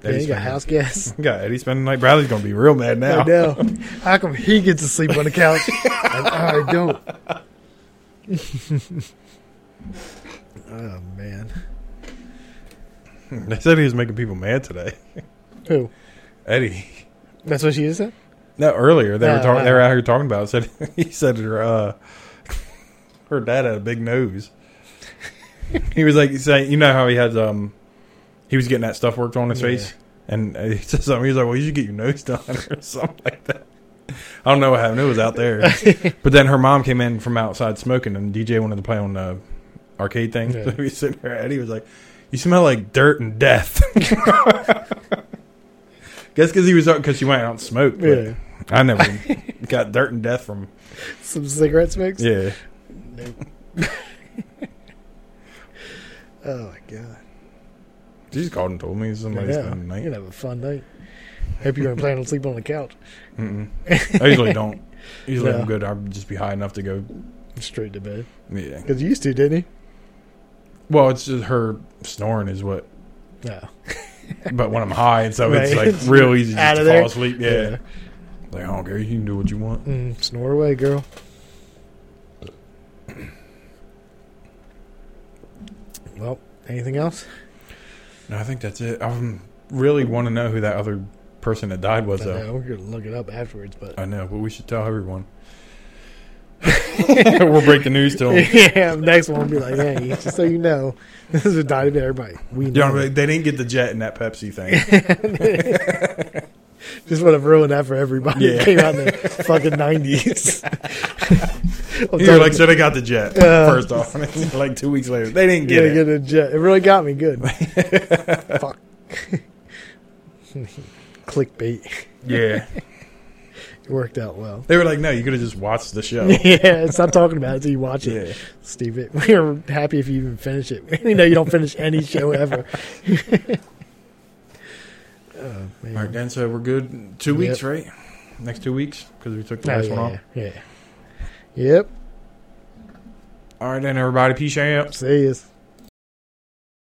B: Yeah, you got house guests.
A: Got Eddie spending the night. Bradley's gonna be real mad now.
B: I know. How come he gets to sleep on the couch and I don't? oh man,
A: They said he was making people mad today.
B: who?
A: Eddie.
B: That's what she is. Then?
A: No, earlier they
B: Yeah,
A: were talking. They
B: Oh, wow.
A: were out here talking about. It. Said he said her uh, her dad had a big nose. he was like saying, you know how he had um, he was getting that stuff worked on his
B: Yeah.
A: face, and uh, he said something. He was like, "Well, you should get your nose done or something like that." I don't know what happened. It was out there, but then her mom came in from outside smoking, and DJ wanted to play on the arcade thing.
B: Yeah.
A: So he was sitting there. Eddie was like, "You smell like dirt and death." Guess because he was because she went out and smoked. but-
B: Yeah.
A: I never got dirt and death from.
B: Some cigarette smokes?
A: Yeah.
B: Oh, my God.
A: She just called and told me somebody's
B: Yeah. You're
A: coming
B: going
A: tonight.
B: to have a fun night. Hope you weren't planning to sleep on the couch.
A: Mm-mm. I usually don't. Usually
B: No.
A: I'm good. I'll just be high enough to go.
B: Straight to bed.
A: Yeah.
B: Because you used to, didn't
A: Well, it's just her snoring is what.
B: you? No.
A: But when I'm high, and so it's
B: Right.
A: like real easy just
B: Outta
A: to
B: there.
A: fall asleep. Yeah. Like, I don't care. You can do what you want.
B: Mm, snore away, girl. Well, anything else?
A: No, I think that's it. I really want to know who that other person that died was,
B: I
A: though.
B: know, we're going to look it up afterwards, but.
A: I know, but we should tell everyone. we'll break the news to them.
B: yeah, next one will be like, hey, just so you know, this is a diet to everybody. We
A: You
B: know.
A: know, they didn't get the jet in that Pepsi thing.
B: Just would have ruined that for everybody.
A: Yeah.
B: It came out in the fucking 90s. I'm
A: You're
B: telling
A: like, so they got the jet
B: Uh,
A: first off. And it's like two weeks later, they didn't
B: Yeah,
A: get it.
B: get a jet. It really got me good. Fuck. Clickbait.
A: Yeah,
B: It worked out well.
A: they were like, no, you could have just watched the show.
B: Yeah, stop talking about it until you watch it.
A: Yeah.
B: Stupid. We're happy if you even finish it. We know you don't finish any show ever. oh, man.
A: All right, Dan. So we're good. Two
B: Yep.
A: weeks, right? Next two weeks because we took the
B: Oh,
A: last
B: yeah,
A: one off.
B: yeah. Yep.
A: All right, then everybody, peace out.
B: See you.